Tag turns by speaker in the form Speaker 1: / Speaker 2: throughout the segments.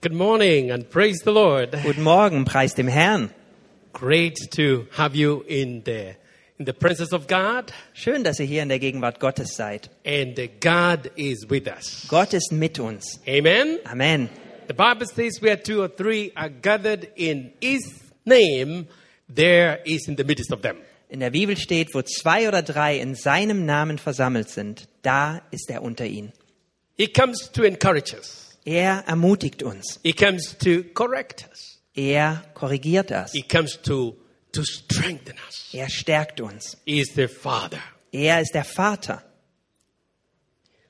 Speaker 1: Good morning and praise the Lord.
Speaker 2: Guten Morgen, preis dem Herrn.
Speaker 1: Great to have you in the in the presence of God
Speaker 2: Schön, dass ihr hier in der Gegenwart Gottes seid.
Speaker 1: and uh, God is with us.
Speaker 2: Gott ist mit uns.
Speaker 1: Amen.
Speaker 2: Amen.
Speaker 1: The Bible says where two or three are gathered in his name, there is in the midst of them.
Speaker 2: In der Bibel steht, wo zwei oder drei in seinem Namen versammelt sind, da ist er unter ihnen.
Speaker 1: He comes to encourage us.
Speaker 2: Er ermutigt uns.
Speaker 1: He comes to correct us.
Speaker 2: Er korrigiert das.
Speaker 1: He comes to to strengthen us.
Speaker 2: Er stärkt uns.
Speaker 1: He is the Father.
Speaker 2: Er ist der Vater.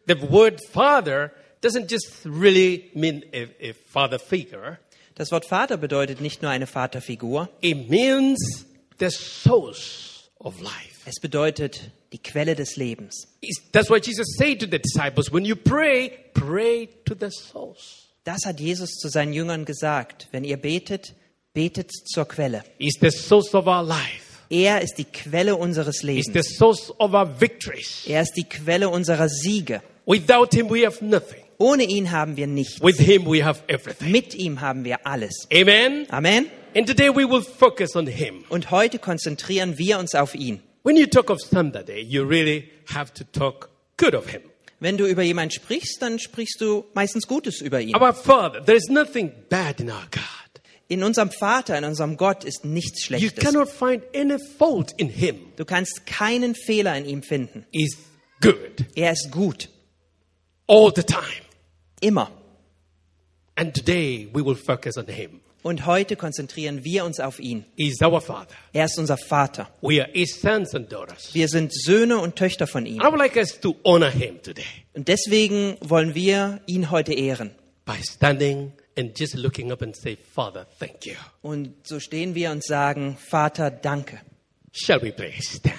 Speaker 1: The word Father doesn't just really mean a, a father figure.
Speaker 2: Das Wort Vater bedeutet nicht nur eine Vaterfigur,
Speaker 1: It means the source of life.
Speaker 2: es bedeutet die Quelle des Lebens.
Speaker 1: It's- That's why Jesus said to the disciples, when you pray, pray to the source.
Speaker 2: Das hat Jesus zu seinen Jüngern gesagt. Wenn ihr betet, betet zur Quelle.
Speaker 1: It's the source of our life.
Speaker 2: Er ist die Quelle unseres
Speaker 1: It's the
Speaker 2: Lebens.
Speaker 1: source of our victories.
Speaker 2: Er ist die Quelle unserer Siege.
Speaker 1: Without him, we have nothing.
Speaker 2: Ohne ihn haben wir nichts.
Speaker 1: With him, we have everything.
Speaker 2: Mit ihm haben wir alles.
Speaker 1: Amen.
Speaker 2: Amen.
Speaker 1: And today we will focus on him.
Speaker 2: Und heute konzentrieren wir uns auf ihn.
Speaker 1: When you talk of Sunday, you really have to talk good of him.
Speaker 2: Wenn du über jemanden sprichst, dann sprichst du meistens Gutes über ihn.
Speaker 1: Our Father, there is nothing bad in our God.
Speaker 2: In unserem Vater, in unserem Gott ist nichts
Speaker 1: You
Speaker 2: Schlechtes.
Speaker 1: cannot find any fault in him.
Speaker 2: Du kannst keinen Fehler in ihm finden.
Speaker 1: He's good
Speaker 2: Er ist gut.
Speaker 1: all the time.
Speaker 2: Immer.
Speaker 1: And today we will focus on him.
Speaker 2: Und heute konzentrieren wir uns auf ihn.
Speaker 1: He's our father.
Speaker 2: Er ist unser Vater.
Speaker 1: We are his sons and daughters.
Speaker 2: Wir sind Söhne und Töchter von ihm.
Speaker 1: And I would like us to honor him today
Speaker 2: Und deswegen wollen wir ihn heute ehren.
Speaker 1: by standing and just looking up and say, Father, thank you.
Speaker 2: Und so stehen wir und sagen, Vater, danke.
Speaker 1: Shall we please stand?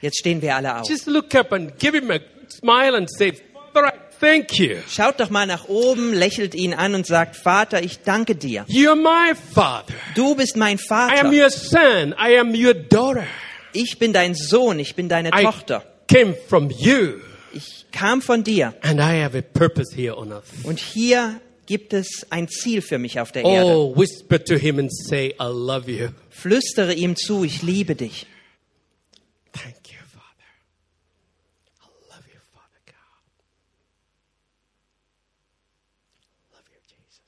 Speaker 2: Jetzt stehen wir alle auf.
Speaker 1: Just look up and give him a smile and say, Father, I thank you.
Speaker 2: Schaut doch mal nach oben, lächelt ihn an und sagt, Vater, ich danke dir.
Speaker 1: You're my father.
Speaker 2: Du bist mein
Speaker 1: I am
Speaker 2: Vater.
Speaker 1: your son. I am your daughter.
Speaker 2: Ich bin dein Sohn, ich bin deine
Speaker 1: I
Speaker 2: Tochter.
Speaker 1: came from you.
Speaker 2: Ich kam von dir.
Speaker 1: And I have a purpose here on earth.
Speaker 2: Und hier gibt es ein Ziel für mich auf der Erde.
Speaker 1: Oh, whisper to him and say, I love you.
Speaker 2: Flüstere ihm zu, ich liebe dich.
Speaker 1: Thank you, Father. I love you, Father God. I love you, Jesus.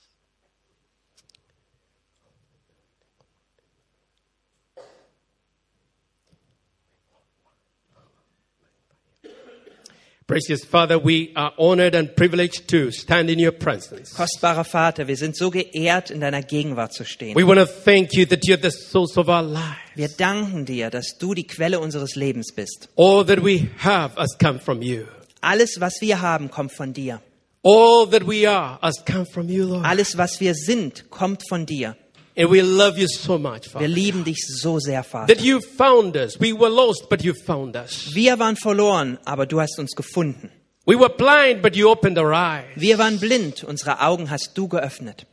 Speaker 1: Precious Father, we are honored and privileged to stand in your presence.
Speaker 2: Kostbarer Vater, wir sind so geehrt, in deiner Gegenwart zu stehen.
Speaker 1: We want to thank you that you're the source of our lives.
Speaker 2: Wir danken dir, dass du die Quelle unseres Lebens bist.
Speaker 1: All that we have has come from you.
Speaker 2: Alles, was wir haben, kommt von dir.
Speaker 1: All that we are has come from you, Lord.
Speaker 2: Alles, was wir sind, kommt von dir.
Speaker 1: And we love you so much,
Speaker 2: Wir
Speaker 1: Father.
Speaker 2: lieben dich so sehr, Vater.
Speaker 1: That you found us. We were lost, but you found us.
Speaker 2: Wir waren verloren, aber du hast uns gefunden.
Speaker 1: We were blind, but you opened our eyes.
Speaker 2: Wir waren blind, unsere Augen hast du geöffnet.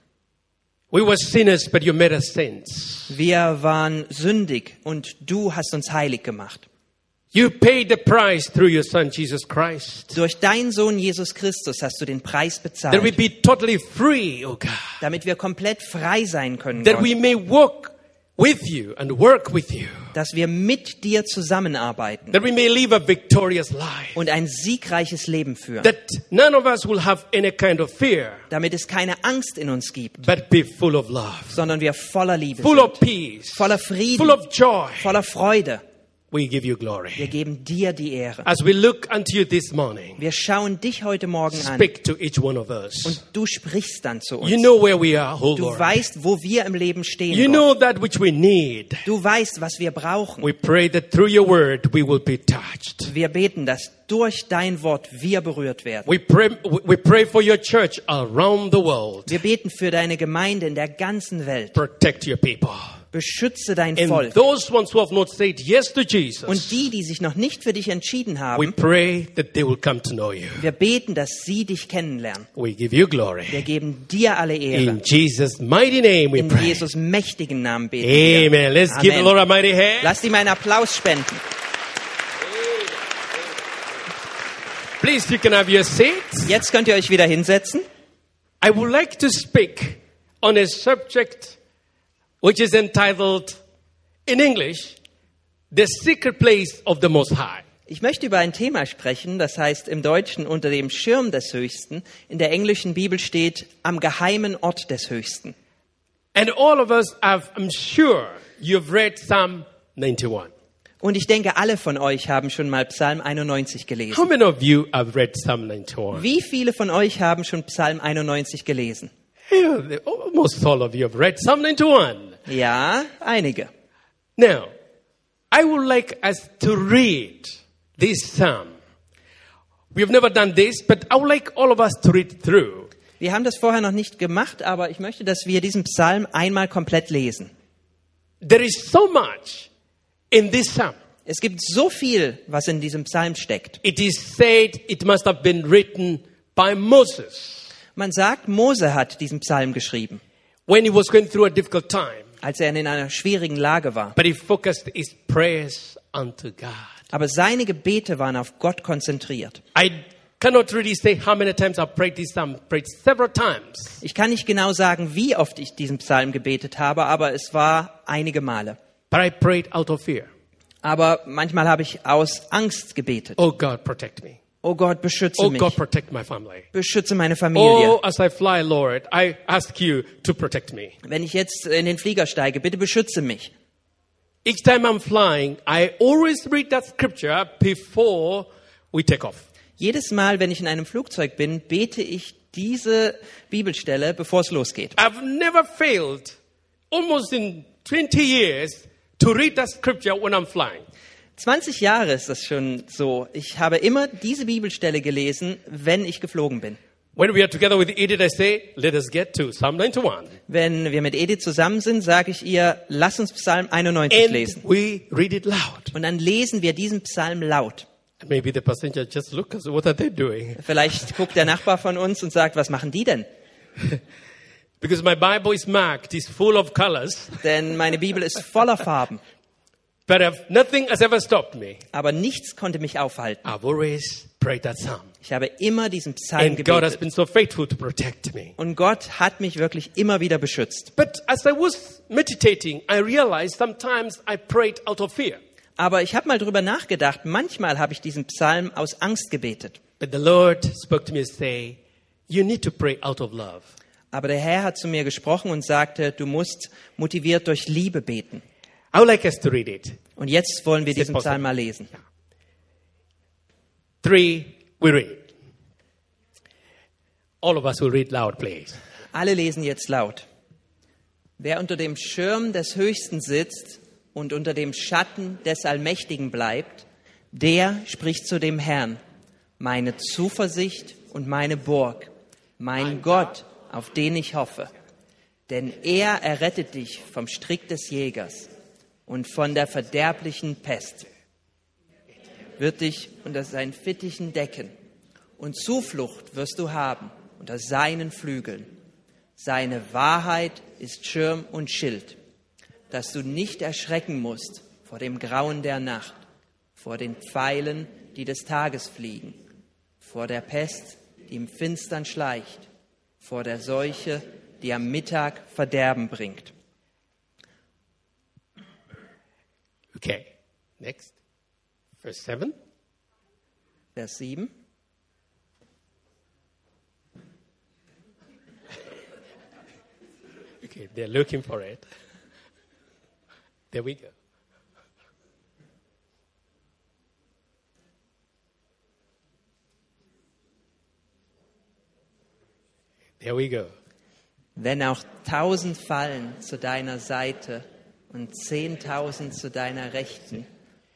Speaker 1: We were sinners, but you made us saints.
Speaker 2: Wir waren sündig und du hast uns heilig gemacht.
Speaker 1: You paid the price through your Son, Jesus Christ.
Speaker 2: Durch deinen Sohn Jesus Christus hast du den Preis
Speaker 1: That we
Speaker 2: bezahlt,
Speaker 1: be totally free, oh God.
Speaker 2: damit wir komplett frei sein können,
Speaker 1: That we
Speaker 2: Gott,
Speaker 1: may walk with you and work with you.
Speaker 2: dass wir mit dir zusammenarbeiten
Speaker 1: That we may live a victorious life.
Speaker 2: und ein siegreiches Leben führen,
Speaker 1: That none of us will have any kind of fear,
Speaker 2: damit es keine Angst in uns gibt,
Speaker 1: but be full of love,
Speaker 2: sondern wir voller Liebe
Speaker 1: full
Speaker 2: sind,
Speaker 1: of peace,
Speaker 2: voller Frieden,
Speaker 1: full of joy.
Speaker 2: voller Freude.
Speaker 1: We give you
Speaker 2: Wir
Speaker 1: glory.
Speaker 2: geben dir die Ehre.
Speaker 1: As we look unto you this morning,
Speaker 2: Wir schauen dich heute Morgen an
Speaker 1: speak to each one of us.
Speaker 2: und du sprichst dann zu uns.
Speaker 1: You know where we are, oh
Speaker 2: Du
Speaker 1: Lord.
Speaker 2: weißt, wo wir im Leben stehen.
Speaker 1: You
Speaker 2: Gott.
Speaker 1: know that which we need.
Speaker 2: Du weißt, was wir brauchen.
Speaker 1: We pray that through your word we will be touched.
Speaker 2: Wir beten, dass durch dein Wort wir berührt werden.
Speaker 1: We pray, we pray for your church around the world.
Speaker 2: Wir beten für deine Gemeinde in der ganzen Welt.
Speaker 1: Protect your people.
Speaker 2: Beschütze dein
Speaker 1: And
Speaker 2: Volk.
Speaker 1: those ones who have not said yes to Jesus,
Speaker 2: Und die, die sich noch nicht für dich entschieden
Speaker 1: we
Speaker 2: haben,
Speaker 1: pray that they will come to know you.
Speaker 2: wir beten, dass sie dich kennenlernen.
Speaker 1: We give you
Speaker 2: Wir
Speaker 1: glory.
Speaker 2: geben dir alle Ehre.
Speaker 1: In Jesus' mighty name we
Speaker 2: In
Speaker 1: pray.
Speaker 2: Jesus mächtigen Namen beten wir.
Speaker 1: Amen. Let's give the
Speaker 2: Amen.
Speaker 1: Lord a mighty hand.
Speaker 2: Lass ihm einen Applaus spenden.
Speaker 1: Please, you can have your seats.
Speaker 2: Jetzt könnt ihr euch wieder hinsetzen.
Speaker 1: I would like to speak on a subject which is entitled, in English, The Secret Place of the Most High.
Speaker 2: Ich möchte über ein Thema sprechen, das heißt im Deutschen unter dem Schirm des Höchsten, in der englischen Bibel steht am geheimen Ort des Höchsten.
Speaker 1: And all of us have, I'm sure, you've read Psalm 91.
Speaker 2: Und ich denke, alle von euch haben schon mal Psalm 91
Speaker 1: How
Speaker 2: gelesen.
Speaker 1: many of you have read Psalm 91?
Speaker 2: Wie viele von euch haben schon Psalm 91 gelesen?
Speaker 1: Yeah, Almost all of you have read Psalm 91.
Speaker 2: Ja, einige.
Speaker 1: Now, I would like us to read this psalm. We've never done this, but I would like all of us to read through.
Speaker 2: Wir haben das vorher noch nicht gemacht, aber ich möchte, dass wir diesen Psalm einmal komplett lesen.
Speaker 1: There is so much in this psalm.
Speaker 2: Es gibt so viel, was in diesem Psalm steckt.
Speaker 1: It is said it must have been written by Moses
Speaker 2: Man sagt, Mose hat diesen Psalm geschrieben,
Speaker 1: when he was going through a difficult time,
Speaker 2: als er in einer schwierigen Lage war.
Speaker 1: but he focused his prayers unto God.
Speaker 2: Aber seine Gebete waren auf Gott konzentriert.
Speaker 1: I cannot really say how many times I prayed this psalm, prayed several times.
Speaker 2: Ich kann nicht genau sagen, wie oft ich diesen Psalm gebetet habe, aber es war einige Male.
Speaker 1: But I prayed out of fear.
Speaker 2: Aber manchmal habe ich aus Angst gebetet.
Speaker 1: Oh God, protect me.
Speaker 2: Oh Gott, beschütze
Speaker 1: Oh
Speaker 2: mich.
Speaker 1: God, protect my family.
Speaker 2: Beschütze meine Familie.
Speaker 1: Oh, as I fly, Lord, I ask you to protect me.
Speaker 2: Wenn ich jetzt in den Flieger steige, bitte beschütze mich.
Speaker 1: Each time I'm flying, I always read that scripture before we take off.
Speaker 2: Jedes Mal, wenn ich in einem Flugzeug bin, bete ich diese Bibelstelle, bevor es losgeht.
Speaker 1: I've never failed, almost in 20 years, to read that scripture when I'm flying.
Speaker 2: 20 Jahre ist das schon so. Ich habe immer diese Bibelstelle gelesen, wenn ich geflogen bin.
Speaker 1: When we are together with Edith, I say, let us get to Psalm 91.
Speaker 2: Wenn wir mit Edith zusammen sind, sage ich ihr, lass uns Psalm 91
Speaker 1: And
Speaker 2: lesen.
Speaker 1: we read it loud.
Speaker 2: Und dann lesen wir diesen Psalm laut.
Speaker 1: Maybe the passenger just look us, what are they doing?
Speaker 2: Vielleicht guckt der Nachbar von uns und sagt, was machen die denn?
Speaker 1: Because my Bible is marked, it's full of colors,
Speaker 2: Denn meine Bibel ist voller Farben.
Speaker 1: but I've, nothing has ever stopped me.
Speaker 2: Aber nichts konnte mich aufhalten.
Speaker 1: I've always prayed that psalm.
Speaker 2: Ich habe immer diesen Psalm
Speaker 1: And God has
Speaker 2: gebetet.
Speaker 1: been so faithful to protect me.
Speaker 2: Und Gott hat mich wirklich immer wieder beschützt.
Speaker 1: But as I was meditating, I realized sometimes I prayed out of fear.
Speaker 2: Aber ich habe mal drüber nachgedacht, manchmal habe ich diesen Psalm aus Angst gebetet.
Speaker 1: But the Lord spoke to me and say, you need to pray out of love.
Speaker 2: Aber der Herr hat zu mir gesprochen und sagte, du musst motiviert durch Liebe beten.
Speaker 1: I would like us to read it.
Speaker 2: Und jetzt wollen wir
Speaker 1: Is it
Speaker 2: diesen Psalm
Speaker 1: possible?
Speaker 2: mal lesen.
Speaker 1: Three, we read. All of us will read loud, please.
Speaker 2: Alle lesen jetzt laut. Wer unter dem Schirm des Höchsten sitzt und unter dem Schatten des Allmächtigen bleibt, der spricht zu dem Herrn, meine Zuversicht und meine Burg, mein Gott, auf den ich hoffe. Denn er errettet dich vom Strick des Jägers und von der verderblichen Pest, wird dich unter seinen Fittichen decken und Zuflucht wirst du haben unter seinen Flügeln. Seine Wahrheit ist Schirm und Schild, dass du nicht erschrecken musst vor dem Grauen der Nacht, vor den Pfeilen, die des Tages fliegen, vor der Pest, die im Finstern schleicht, vor der Seuche, die am Mittag Verderben bringt.
Speaker 1: Okay. Next. Verse 7.
Speaker 2: Vers 7.
Speaker 1: Okay, they're looking for it. There we go. There we go.
Speaker 2: Wenn auch tausend fallen zu deiner Seite und zehntausend zu deiner Rechten,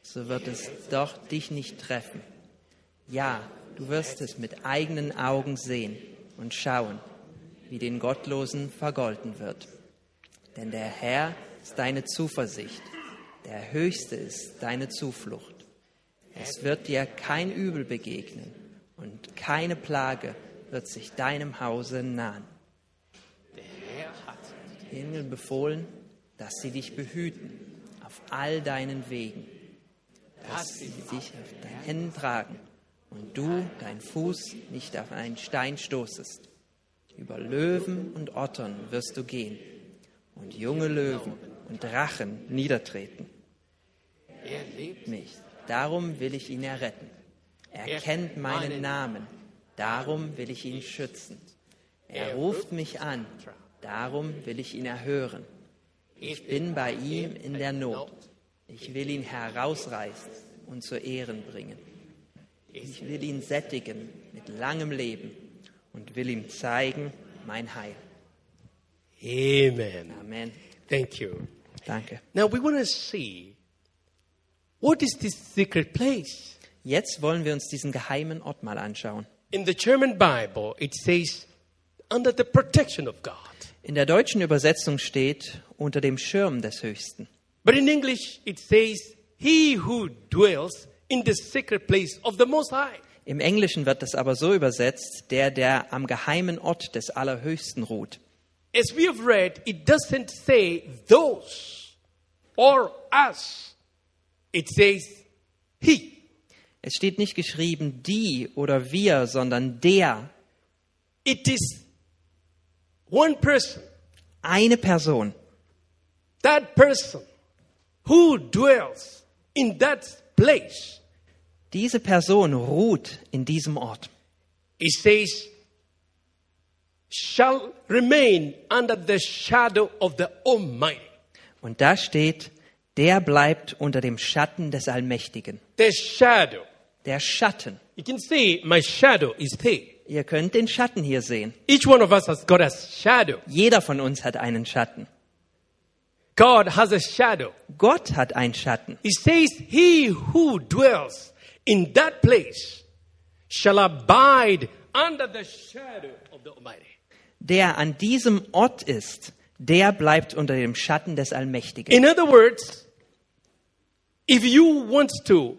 Speaker 2: so wird es doch dich nicht treffen. Ja, du wirst es mit eigenen Augen sehen und schauen, wie den Gottlosen vergolten wird. Denn der Herr ist deine Zuversicht, der Höchste ist deine Zuflucht. Es wird dir kein Übel begegnen und keine Plage wird sich deinem Hause nahen. Himmel befohlen, dass sie dich behüten auf all deinen Wegen, dass sie dich auf deinen Händen tragen und du deinen Fuß nicht auf einen Stein stoßest. Über Löwen und Ottern wirst du gehen und junge Löwen und Drachen niedertreten.
Speaker 1: Er lebt.
Speaker 2: Mich, darum will ich ihn erretten. Er kennt meinen Namen, darum will ich ihn schützen. Er ruft mich an, darum will ich ihn erhören. Ich bin bei ihm in der Not. Ich will ihn herausreißen und zu Ehren bringen. Ich will ihn sättigen mit langem Leben und will ihm zeigen mein Heil.
Speaker 1: Amen.
Speaker 2: Amen.
Speaker 1: Thank you.
Speaker 2: Danke.
Speaker 1: Now we want to see what is this secret place.
Speaker 2: Jetzt wollen wir uns diesen geheimen Ort mal anschauen.
Speaker 1: In the German Bible, it says, under the protection of God.
Speaker 2: In der deutschen Übersetzung steht unter dem Schirm des Höchsten.
Speaker 1: But in English, it says, He who dwells in the secret place of the Most High.
Speaker 2: Im Englischen wird das aber so übersetzt, der, der am geheimen Ort des Allerhöchsten ruht.
Speaker 1: As we have read, it doesn't say those or us, it says He.
Speaker 2: Es steht nicht geschrieben die oder wir, sondern der,
Speaker 1: It is one person,
Speaker 2: eine Person.
Speaker 1: that person who dwells in that place.
Speaker 2: Diese Person ruht in diesem Ort.
Speaker 1: It says, shall remain under the shadow of the Almighty.
Speaker 2: Und da steht, der bleibt unter dem Schatten des Allmächtigen.
Speaker 1: The shadow.
Speaker 2: Der Schatten.
Speaker 1: You can see my shadow is there.
Speaker 2: Ihr könnt den Schatten hier sehen.
Speaker 1: Each one of us has got a shadow.
Speaker 2: Jeder von uns hat einen Schatten.
Speaker 1: God has a shadow.
Speaker 2: Gott hat einen Schatten.
Speaker 1: He says, He who dwells in that place shall abide under the shadow of the Almighty.
Speaker 2: Der an diesem Ort ist, der bleibt unter dem Schatten des Allmächtigen.
Speaker 1: In other words, if you want to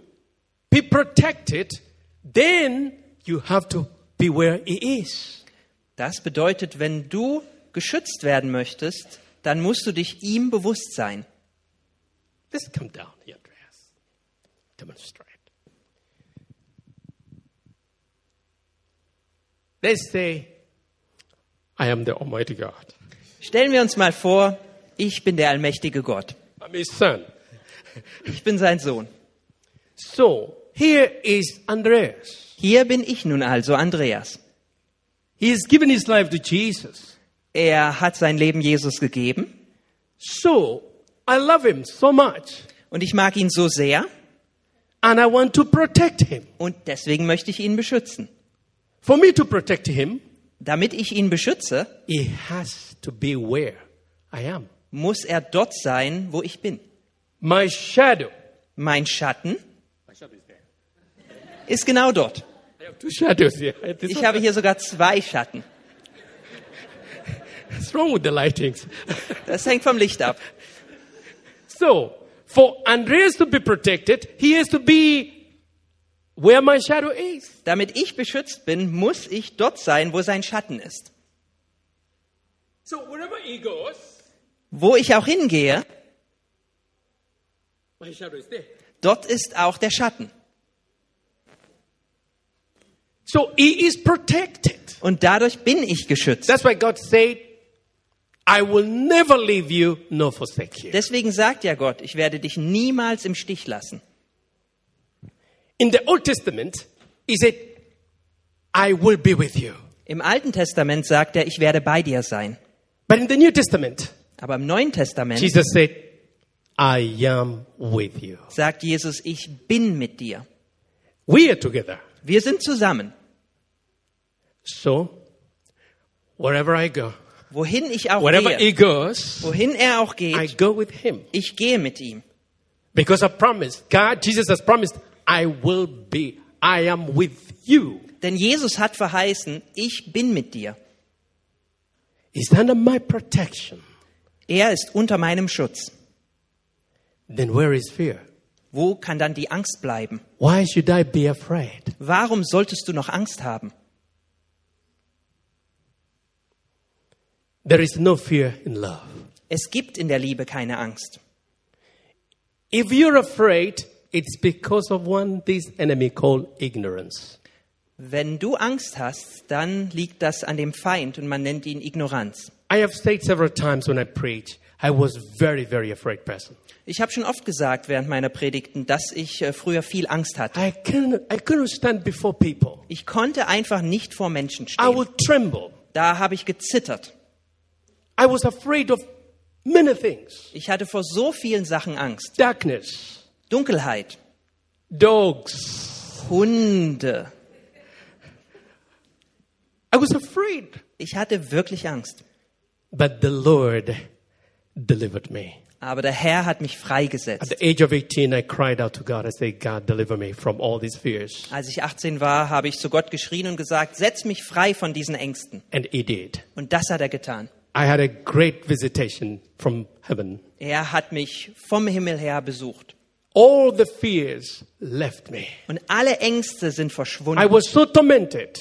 Speaker 1: be protected, then you have to be where He is.
Speaker 2: Das bedeutet, wenn du geschützt werden möchtest, dann musst du dich ihm bewusst sein.
Speaker 1: Let's come down here, Andreas. Demonstrate. Let's say, I am the Almighty God.
Speaker 2: Stellen wir uns mal vor, ich bin der allmächtige Gott.
Speaker 1: I'm His Son.
Speaker 2: Ich bin sein Sohn.
Speaker 1: So here is Andreas.
Speaker 2: Hier bin ich nun also Andreas.
Speaker 1: He has given his life to Jesus.
Speaker 2: Er hat sein Leben Jesus gegeben
Speaker 1: So I love him so much
Speaker 2: und ich mag ihn so sehr
Speaker 1: and I want to protect him.
Speaker 2: und deswegen möchte ich ihn beschützen.
Speaker 1: For me to protect him,
Speaker 2: Damit ich ihn beschütze,
Speaker 1: he has to be where I am.
Speaker 2: muss er dort sein, wo ich bin.
Speaker 1: My shadow.
Speaker 2: Mein Schatten ist genau dort.
Speaker 1: I have two shadows here. This
Speaker 2: Ich
Speaker 1: one-
Speaker 2: habe hier sogar zwei Schatten.
Speaker 1: What's wrong with the lightings?
Speaker 2: Das hängt vom Licht ab.
Speaker 1: so, for Andreas to be protected, he has to be where my shadow is.
Speaker 2: Damit ich beschützt bin, muss ich dort sein, wo sein Schatten ist.
Speaker 1: So wherever he goes,
Speaker 2: Wo ich auch hingehe,
Speaker 1: my shadow is there.
Speaker 2: dort ist auch der Schatten.
Speaker 1: So he is protected.
Speaker 2: Und dadurch bin ich geschützt.
Speaker 1: That's why God said, I will never leave you nor forsake you.
Speaker 2: Deswegen sagt ja Gott, ich werde dich niemals im Stich lassen.
Speaker 1: In the Old Testament, he said, I will be with you.
Speaker 2: Im Alten Testament sagt er, ich werde bei dir sein.
Speaker 1: But in the New Testament,
Speaker 2: Aber im Neuen Testament
Speaker 1: Jesus said, I am with you.
Speaker 2: sagt Jesus, ich bin mit dir.
Speaker 1: We are together.
Speaker 2: Wir sind zusammen.
Speaker 1: So, wherever I go,
Speaker 2: Wohin ich auch
Speaker 1: wherever
Speaker 2: gehe,
Speaker 1: he goes,
Speaker 2: wohin er auch
Speaker 1: I
Speaker 2: geht,
Speaker 1: go with him.
Speaker 2: ich gehe mit ihm.
Speaker 1: Because I promised, God, Jesus has promised, I will be, I am with you.
Speaker 2: Denn Jesus hat verheißen, ich bin mit dir.
Speaker 1: He's under my protection.
Speaker 2: Er ist unter meinem Schutz.
Speaker 1: Then where is fear?
Speaker 2: Wo kann dann die Angst bleiben?
Speaker 1: Why should I be afraid?
Speaker 2: Warum solltest du noch Angst haben?
Speaker 1: There is no fear in love.
Speaker 2: Es gibt in der Liebe keine Angst.
Speaker 1: If you're afraid, it's because of one this enemy called ignorance.
Speaker 2: Wenn du Angst hast, dann liegt das an dem Feind und man nennt ihn Ignoranz.
Speaker 1: I have said several times when I preach, I was very, very afraid person.
Speaker 2: Ich habe schon oft gesagt während meiner Predigten, dass ich äh, früher viel Angst hatte.
Speaker 1: I couldn't, I couldn't stand before people.
Speaker 2: Ich konnte einfach nicht vor Menschen
Speaker 1: I
Speaker 2: stehen.
Speaker 1: would tremble.
Speaker 2: Da habe ich gezittert.
Speaker 1: I was afraid of many things.
Speaker 2: Ich hatte vor so vielen Sachen Angst.
Speaker 1: Darkness,
Speaker 2: Dunkelheit,
Speaker 1: dogs.
Speaker 2: Hunde.
Speaker 1: I was afraid.
Speaker 2: Ich hatte wirklich Angst.
Speaker 1: But the Lord delivered me.
Speaker 2: Aber der Herr hat mich
Speaker 1: At
Speaker 2: freigesetzt.
Speaker 1: the age of 18, I cried out to God. I said, God, deliver me from all these fears.
Speaker 2: Als ich 18 war, habe ich zu Gott geschrien und gesagt, setz mich frei von diesen Ängsten.
Speaker 1: And He did.
Speaker 2: Und das hat er getan.
Speaker 1: I had a great visitation from heaven.
Speaker 2: Er hat mich vom Himmel her besucht.
Speaker 1: All the fears left me.
Speaker 2: Und alle Ängste sind
Speaker 1: I
Speaker 2: verschwunden.
Speaker 1: was so tormented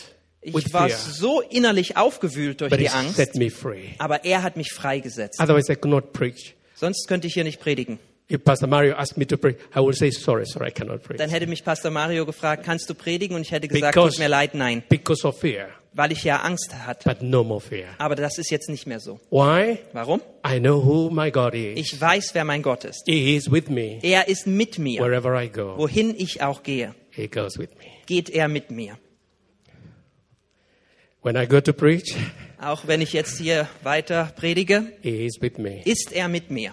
Speaker 1: with
Speaker 2: Ich war
Speaker 1: fear,
Speaker 2: so innerlich aufgewühlt durch
Speaker 1: but
Speaker 2: die
Speaker 1: it
Speaker 2: Angst,
Speaker 1: set me free.
Speaker 2: aber er hat mich freigesetzt.
Speaker 1: Otherwise, I could not preach.
Speaker 2: Sonst könnte ich hier nicht predigen.
Speaker 1: If Pastor Mario asked me to preach, I would say, sorry, sorry, I cannot preach.
Speaker 2: Dann hätte mich Pastor Mario gefragt, kannst du predigen? Und ich hätte gesagt,
Speaker 1: Because-
Speaker 2: tut mir leid, nein,
Speaker 1: Because of fear,
Speaker 2: weil ich ja Angst hatte.
Speaker 1: but no more fear.
Speaker 2: Aber das ist jetzt nicht mehr so.
Speaker 1: Why?
Speaker 2: Warum?
Speaker 1: I know who my God is.
Speaker 2: Ich weiß, wer mein Gott ist.
Speaker 1: He is with me.
Speaker 2: Er ist mit mir.
Speaker 1: Wherever I go,
Speaker 2: Wohin ich auch gehe,
Speaker 1: He goes with me.
Speaker 2: geht er mit mir.
Speaker 1: When I go to preach,
Speaker 2: Auch wenn ich jetzt hier weiter predige,
Speaker 1: He is with me.
Speaker 2: ist er mit mir.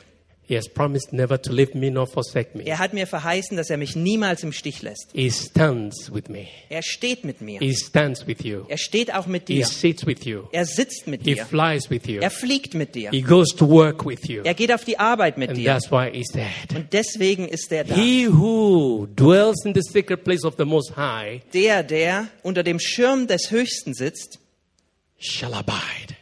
Speaker 1: He has promised never to leave me nor forsake me.
Speaker 2: Er hat mir verheißen, dass er mich niemals im Stich lässt.
Speaker 1: He stands with me.
Speaker 2: Er steht mit mir.
Speaker 1: He stands with you.
Speaker 2: Er steht auch mit
Speaker 1: He
Speaker 2: dir.
Speaker 1: sits with you.
Speaker 2: Er sitzt mit
Speaker 1: He
Speaker 2: dir.
Speaker 1: flies with you.
Speaker 2: Er fliegt mit dir.
Speaker 1: He goes to work with you.
Speaker 2: Er geht auf die Arbeit mit
Speaker 1: And
Speaker 2: dir.
Speaker 1: that's why he said,
Speaker 2: Und deswegen ist er da.
Speaker 1: He who dwells in the secret place of the Most High
Speaker 2: Der, der unter dem Schirm des Höchsten sitzt,
Speaker 1: shall abide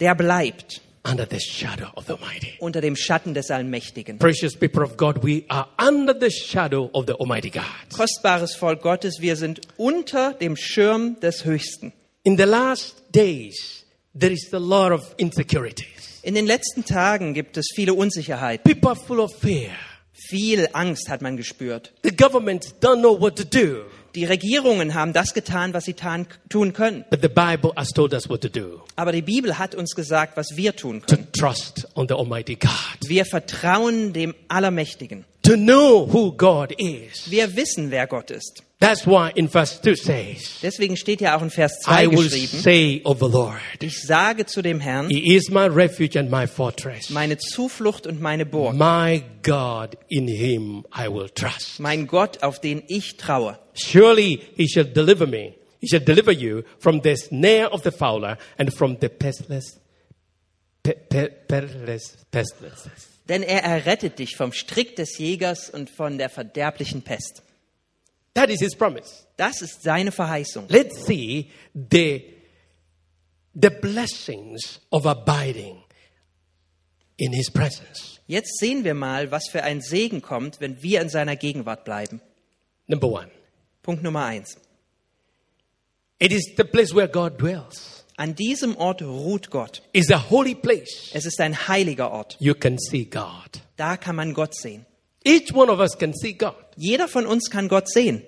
Speaker 2: der bleibt
Speaker 1: under the shadow of the Almighty.
Speaker 2: unter dem Schatten des Allmächtigen.
Speaker 1: Precious people of God, we are under the shadow of the Almighty God.
Speaker 2: Kostbares Volk Gottes, wir sind unter dem Schirm des Höchsten.
Speaker 1: In the last days, there is a lot of insecurities.
Speaker 2: In den letzten Tagen gibt es viele Unsicherheiten.
Speaker 1: People are full of fear.
Speaker 2: Viel Angst hat man gespürt.
Speaker 1: The governments don't know what to do.
Speaker 2: Die Regierungen haben das getan, was sie tan- tun können.
Speaker 1: But the Bible has told us what to do.
Speaker 2: Aber die Bibel hat uns gesagt, was wir tun
Speaker 1: To
Speaker 2: können.
Speaker 1: trust on the Almighty God.
Speaker 2: Wir vertrauen dem Allermächtigen.
Speaker 1: To know who God is.
Speaker 2: Wir wissen, wer Gott ist.
Speaker 1: That's why in verse 2 says,
Speaker 2: Deswegen steht ja auch in Vers 2
Speaker 1: I will
Speaker 2: geschrieben,
Speaker 1: say of the Lord,
Speaker 2: ich sage zu dem Herrn,
Speaker 1: He is my refuge and my fortress.
Speaker 2: meine Zuflucht und meine Burg,
Speaker 1: My God, in Him I will trust.
Speaker 2: mein Gott, auf den ich traue.
Speaker 1: Surely He shall deliver me. He shall deliver you from the snare of the fowler and from the pestilence, pe- pe- perilous pestilence.
Speaker 2: Denn er errettet dich vom Strick des Jägers und von der verderblichen Pest.
Speaker 1: That is His promise.
Speaker 2: Das ist seine Verheißung.
Speaker 1: Let's see the the blessings of abiding in His presence.
Speaker 2: Jetzt sehen wir mal, was für ein Segen kommt, wenn wir in seiner Gegenwart bleiben.
Speaker 1: Number one,
Speaker 2: Punkt Nummer eins.
Speaker 1: it is the place where God dwells.
Speaker 2: An diesem Ort ruht Gott.
Speaker 1: It's a holy place.
Speaker 2: Es ist ein heiliger Ort.
Speaker 1: you can see God.
Speaker 2: Da kann man Gott sehen.
Speaker 1: Each one of us can see God.
Speaker 2: Jeder von uns kann Gott sehen.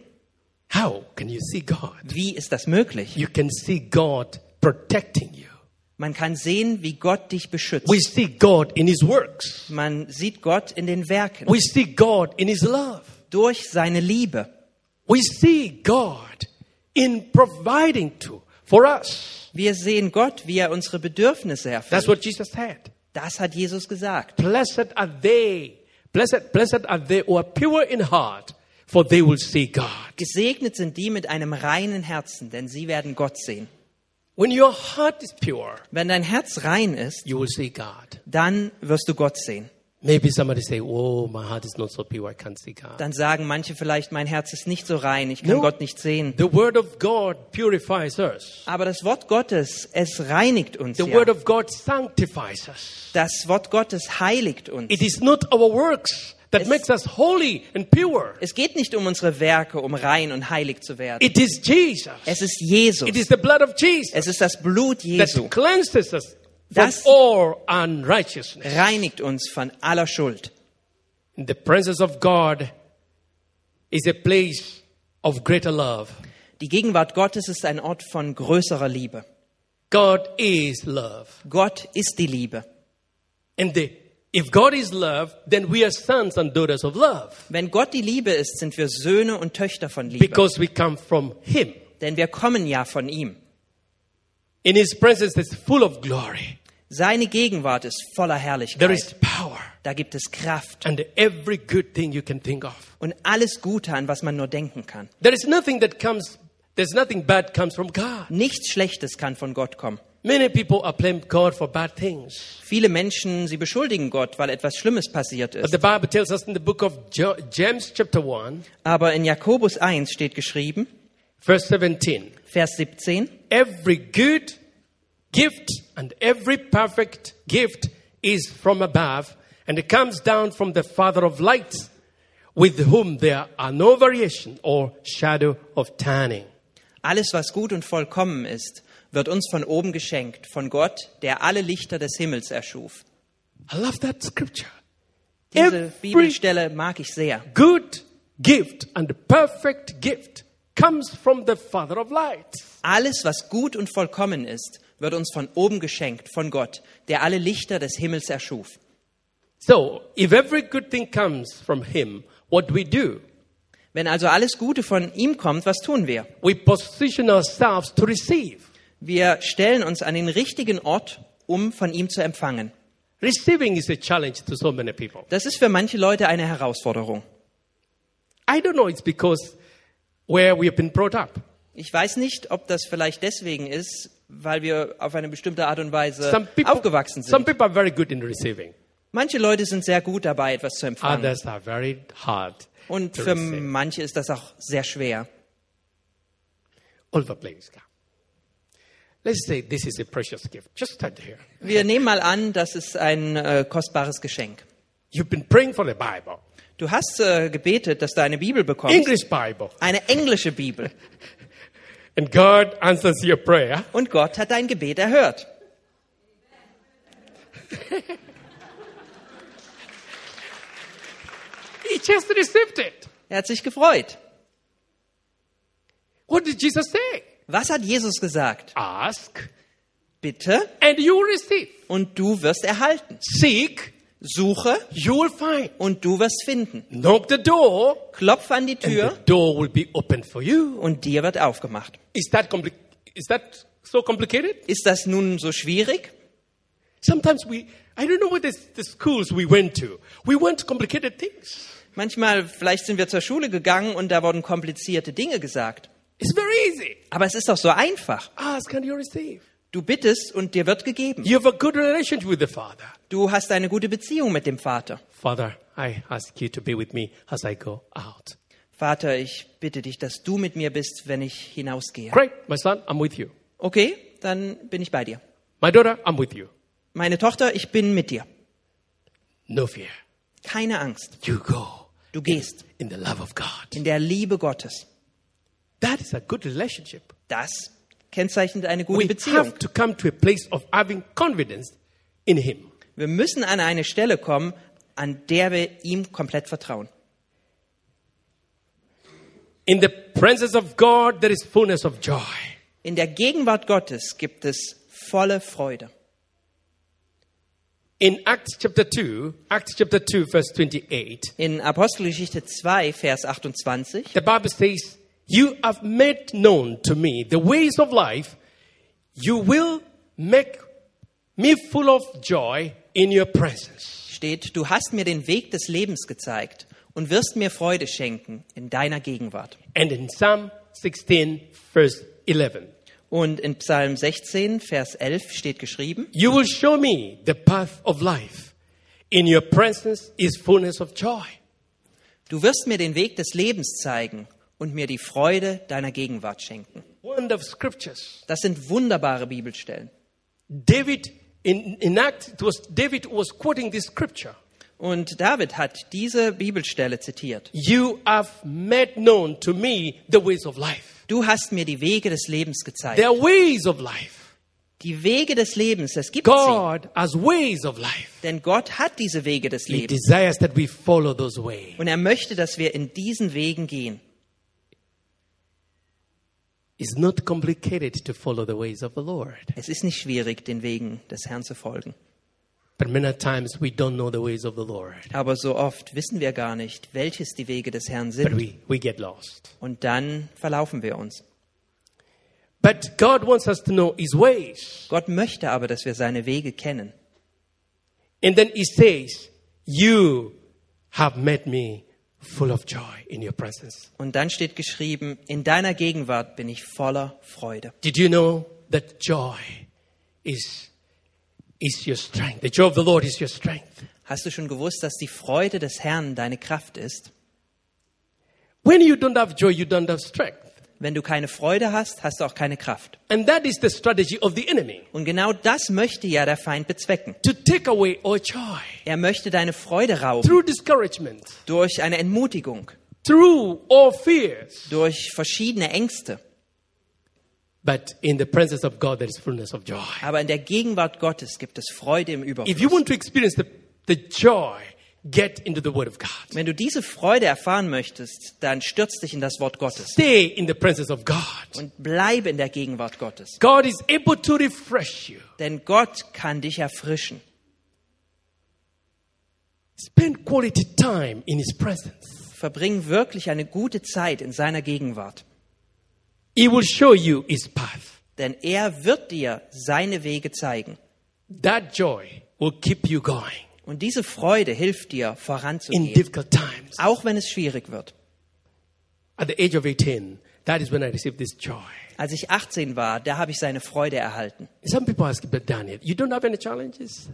Speaker 1: How can you see God?
Speaker 2: Wie ist das möglich?
Speaker 1: You can see God protecting you.
Speaker 2: Man kann sehen, wie Gott dich beschützt.
Speaker 1: We see God in His works.
Speaker 2: Man sieht Gott in den Werken,
Speaker 1: We see God in His love.
Speaker 2: durch seine Liebe.
Speaker 1: We see God in providing to for us.
Speaker 2: Wir sehen Gott, wie er unsere Bedürfnisse
Speaker 1: That's
Speaker 2: erfüllt.
Speaker 1: what Jesus said.
Speaker 2: Das hat Jesus gesagt.
Speaker 1: Blessed are they. Blessed, blessed are they who are pure in heart, for they will see God.
Speaker 2: Gesegnet sind die mit einem reinen Herzen, denn sie werden Gott sehen.
Speaker 1: When your heart is pure,
Speaker 2: Wenn dein Herz rein ist,
Speaker 1: you will see God.
Speaker 2: dann wirst du Gott sehen.
Speaker 1: Maybe somebody say, "Oh, my heart is not so pure. I can't see God."
Speaker 2: Dann sagen manche vielleicht, mein Herz ist nicht so rein, ich kann
Speaker 1: No.
Speaker 2: Gott nicht sehen.
Speaker 1: The word of God purifies us.
Speaker 2: Aber das Wort Gottes, es reinigt uns.
Speaker 1: The
Speaker 2: Ja.
Speaker 1: word of God sanctifies us.
Speaker 2: Das Wort Gottes heiligt uns.
Speaker 1: It is not our works that
Speaker 2: Es-
Speaker 1: makes us holy and pure.
Speaker 2: Es geht nicht um unsere Werke, um rein und heilig zu werden.
Speaker 1: It is Jesus.
Speaker 2: Es ist Jesus.
Speaker 1: It is the blood of Jesus
Speaker 2: Es ist das Blut Jesu.
Speaker 1: that cleanses us from
Speaker 2: Das-
Speaker 1: all unrighteousness.
Speaker 2: Reinigt uns von aller Schuld.
Speaker 1: In the presence of God is a place of greater love.
Speaker 2: Die Gegenwart Gottes ist ein Ort von größerer Liebe.
Speaker 1: God is love.
Speaker 2: Gott ist die Liebe.
Speaker 1: And the, if God is love, then we are sons and daughters of love
Speaker 2: Wenn Gott die Liebe ist, sind wir Söhne und Töchter von Liebe.
Speaker 1: because we come from Him.
Speaker 2: Denn wir kommen ja von ihm.
Speaker 1: In His presence is full of glory.
Speaker 2: Seine Gegenwart ist voller
Speaker 1: There
Speaker 2: Herrlichkeit.
Speaker 1: is power
Speaker 2: Da gibt es Kraft
Speaker 1: and every good thing you can think of.
Speaker 2: und alles Gute, an was man nur denken kann.
Speaker 1: There is nothing that comes, there's nothing bad comes from God.
Speaker 2: Nichts Schlechtes kann von Gott kommen.
Speaker 1: Many people are blaming God for bad things.
Speaker 2: Viele Menschen, sie beschuldigen Gott, weil etwas Schlimmes passiert
Speaker 1: But
Speaker 2: ist.
Speaker 1: the Bible tells us in the book of Jo- James, chapter 1,
Speaker 2: Aber in Jakobus 1 steht geschrieben,
Speaker 1: verse 17
Speaker 2: Vers 17,
Speaker 1: Every good gift and every perfect gift is from above, and it comes down from the Father of lights, with whom there are no variation or shadow of turning.
Speaker 2: alles was gut und vollkommen ist, wird uns von oben geschenkt, von Gott, der alle Lichter des Himmels erschuf.
Speaker 1: I love that scripture.
Speaker 2: Diese
Speaker 1: Every
Speaker 2: Bibelstelle mag ich sehr.
Speaker 1: good gift and perfect gift comes from the Father of lights.
Speaker 2: Alles was gut und vollkommen ist, wird uns von oben geschenkt, von Gott, der alle Lichter des Himmels erschuf.
Speaker 1: So, if every good thing comes from Him, what we do?
Speaker 2: Wenn also alles Gute von ihm kommt, was tun wir?
Speaker 1: We position ourselves to receive.
Speaker 2: Wir stellen uns an den richtigen Ort, um von ihm zu empfangen.
Speaker 1: Receiving is a challenge to so many people.
Speaker 2: Das ist für manche Leute eine Herausforderung.
Speaker 1: I don't know, it's because where we have been brought up.
Speaker 2: Ich weiß nicht, ob das vielleicht deswegen ist, weil wir auf eine bestimmte Art und Weise
Speaker 1: Some people,
Speaker 2: aufgewachsen
Speaker 1: some
Speaker 2: sind.
Speaker 1: people are very good in receiving,
Speaker 2: Manche Leute sind sehr gut dabei, etwas zu empfangen.
Speaker 1: others are very hard
Speaker 2: Und
Speaker 1: to
Speaker 2: für
Speaker 1: receive.
Speaker 2: manche ist das auch sehr schwer.
Speaker 1: All the places come. Let's say this is a precious gift. Just stand here.
Speaker 2: Wir nehmen mal an, das ist ein äh, kostbares Geschenk.
Speaker 1: You've been praying for the Bible,
Speaker 2: Du hast äh, gebetet, dass du eine Bibel bekommst.
Speaker 1: English Bible,
Speaker 2: Eine englische Bibel.
Speaker 1: and God answers your prayer.
Speaker 2: Und Gott hat dein Gebet erhört.
Speaker 1: He just received it.
Speaker 2: Er hat sich gefreut.
Speaker 1: What did Jesus say?
Speaker 2: Was hat Jesus gesagt?
Speaker 1: Ask
Speaker 2: Bitte
Speaker 1: and you will receive.
Speaker 2: und du wirst erhalten.
Speaker 1: Seek,
Speaker 2: Suche
Speaker 1: you will find.
Speaker 2: und du wirst finden.
Speaker 1: Knock the door,
Speaker 2: Klopf an die
Speaker 1: and
Speaker 2: Tür
Speaker 1: the door will be open for you.
Speaker 2: und dir wird aufgemacht.
Speaker 1: Is that compli- Is that so complicated?
Speaker 2: Ist das nun so schwierig?
Speaker 1: Sometimes we, I don't know what this, the schools we went to. We went to complicated things.
Speaker 2: Manchmal, vielleicht sind wir zur Schule gegangen und da wurden komplizierte Dinge gesagt.
Speaker 1: It's very easy.
Speaker 2: Aber es ist doch so einfach.
Speaker 1: Ask and you receive.
Speaker 2: Du bittest und dir wird gegeben.
Speaker 1: You have a good relationship with the Father.
Speaker 2: Du hast eine gute Beziehung mit dem Vater.
Speaker 1: Father, I ask you to be with me as I go out.
Speaker 2: Vater, ich bitte dich, dass du mit mir bist, wenn ich hinausgehe.
Speaker 1: Great, my son, I'm with you.
Speaker 2: Okay, dann bin ich bei dir.
Speaker 1: My daughter, I'm with you.
Speaker 2: Meine Tochter, ich bin mit dir.
Speaker 1: No fear.
Speaker 2: Keine Angst.
Speaker 1: You go
Speaker 2: Du gehst
Speaker 1: in the love of God.
Speaker 2: in der Liebe Gottes.
Speaker 1: That is a good relationship.
Speaker 2: Das kennzeichnet eine gute
Speaker 1: We
Speaker 2: Beziehung.
Speaker 1: have to come to a place of having confidence in Him.
Speaker 2: Wir müssen an eine Stelle kommen, an der wir ihm komplett vertrauen.
Speaker 1: In the presence of God, there is fullness of joy.
Speaker 2: In der Gegenwart Gottes gibt es volle Freude.
Speaker 1: In Acts chapter 2, Acts chapter 2, verse 28,
Speaker 2: In Apostelgeschichte 2, Vers 28,
Speaker 1: the Bible says, You have made known to me the ways of life. You will make me full of joy in your presence.
Speaker 2: steht, du hast mir den Weg des Lebens gezeigt und wirst mir Freude schenken in deiner Gegenwart.
Speaker 1: And in Psalm 16, verse 11,
Speaker 2: Und in Psalm 16, Vers 11 steht geschrieben,
Speaker 1: You will show me the path of life. In your presence is fullness of joy.
Speaker 2: du wirst mir den Weg des Lebens zeigen und mir die Freude deiner Gegenwart schenken.
Speaker 1: Wonderful scriptures.
Speaker 2: Das sind wunderbare Bibelstellen.
Speaker 1: David, in, in Acts, it was David was quoting this scripture.
Speaker 2: Und David hat diese Bibelstelle zitiert.
Speaker 1: You have made known to me the ways of life.
Speaker 2: Du hast mir die Wege des Lebens gezeigt.
Speaker 1: There are ways of life.
Speaker 2: Die Wege des Lebens, das gibt sie.
Speaker 1: God has ways of life.
Speaker 2: Denn Gott hat diese Wege des
Speaker 1: He
Speaker 2: Lebens.
Speaker 1: desires that we follow those ways.
Speaker 2: Und er möchte, dass wir in diesen Wegen gehen.
Speaker 1: It's not complicated to follow the ways of the Lord.
Speaker 2: Es ist nicht schwierig, den Wegen des Herrn zu folgen.
Speaker 1: But many times we don't know the ways of the Lord.
Speaker 2: Aber so oft wissen wir gar nicht, welches die Wege des Herrn
Speaker 1: But
Speaker 2: sind.
Speaker 1: we, we get lost.
Speaker 2: Und dann verlaufen wir uns.
Speaker 1: But God wants us to know His ways.
Speaker 2: Gott möchte aber, dass wir seine Wege kennen.
Speaker 1: And then He says, You have made me full of joy in your presence.
Speaker 2: Und dann steht geschrieben, in deiner Gegenwart bin ich voller Freude.
Speaker 1: Did you know that joy is, is your strength? The joy of the Lord is your strength.
Speaker 2: Hast du schon gewusst, dass die Freude des Herrn deine Kraft ist?
Speaker 1: When you don't have joy, you don't have strength.
Speaker 2: Wenn du keine Freude hast, hast du auch keine Kraft.
Speaker 1: And that is the strategy of the enemy
Speaker 2: Und genau das möchte ja der Feind bezwecken.
Speaker 1: to take away our joy
Speaker 2: Er möchte deine Freude rauben
Speaker 1: through discouragement,
Speaker 2: durch eine Entmutigung,
Speaker 1: through all fears.
Speaker 2: durch verschiedene Ängste.
Speaker 1: But in the presence of God, there is fullness of joy.
Speaker 2: Aber in der Gegenwart Gottes gibt es Freude im
Speaker 1: If you
Speaker 2: Überfluss.
Speaker 1: want to experience the, the joy, get into the Word of God.
Speaker 2: Wenn du diese Freude erfahren möchtest, dann stürz dich in das Wort Gottes
Speaker 1: Stay in the presence of God.
Speaker 2: und bleibe in der Gegenwart Gottes.
Speaker 1: God is able to refresh you.
Speaker 2: Denn Gott kann dich erfrischen.
Speaker 1: Spend quality time in His presence.
Speaker 2: Verbring wirklich eine gute Zeit in seiner Gegenwart.
Speaker 1: He will show you His path.
Speaker 2: Denn er wird dir seine Wege zeigen.
Speaker 1: That joy will keep you going
Speaker 2: Und diese Freude hilft dir
Speaker 1: in
Speaker 2: voranzugehen,
Speaker 1: difficult times.
Speaker 2: auch wenn es schwierig wird.
Speaker 1: At the age of 18, that is when I received this joy.
Speaker 2: Als ich 18 war, da habe ich seine Freude erhalten.
Speaker 1: Some people ask, but Daniel, you don't have any challenges?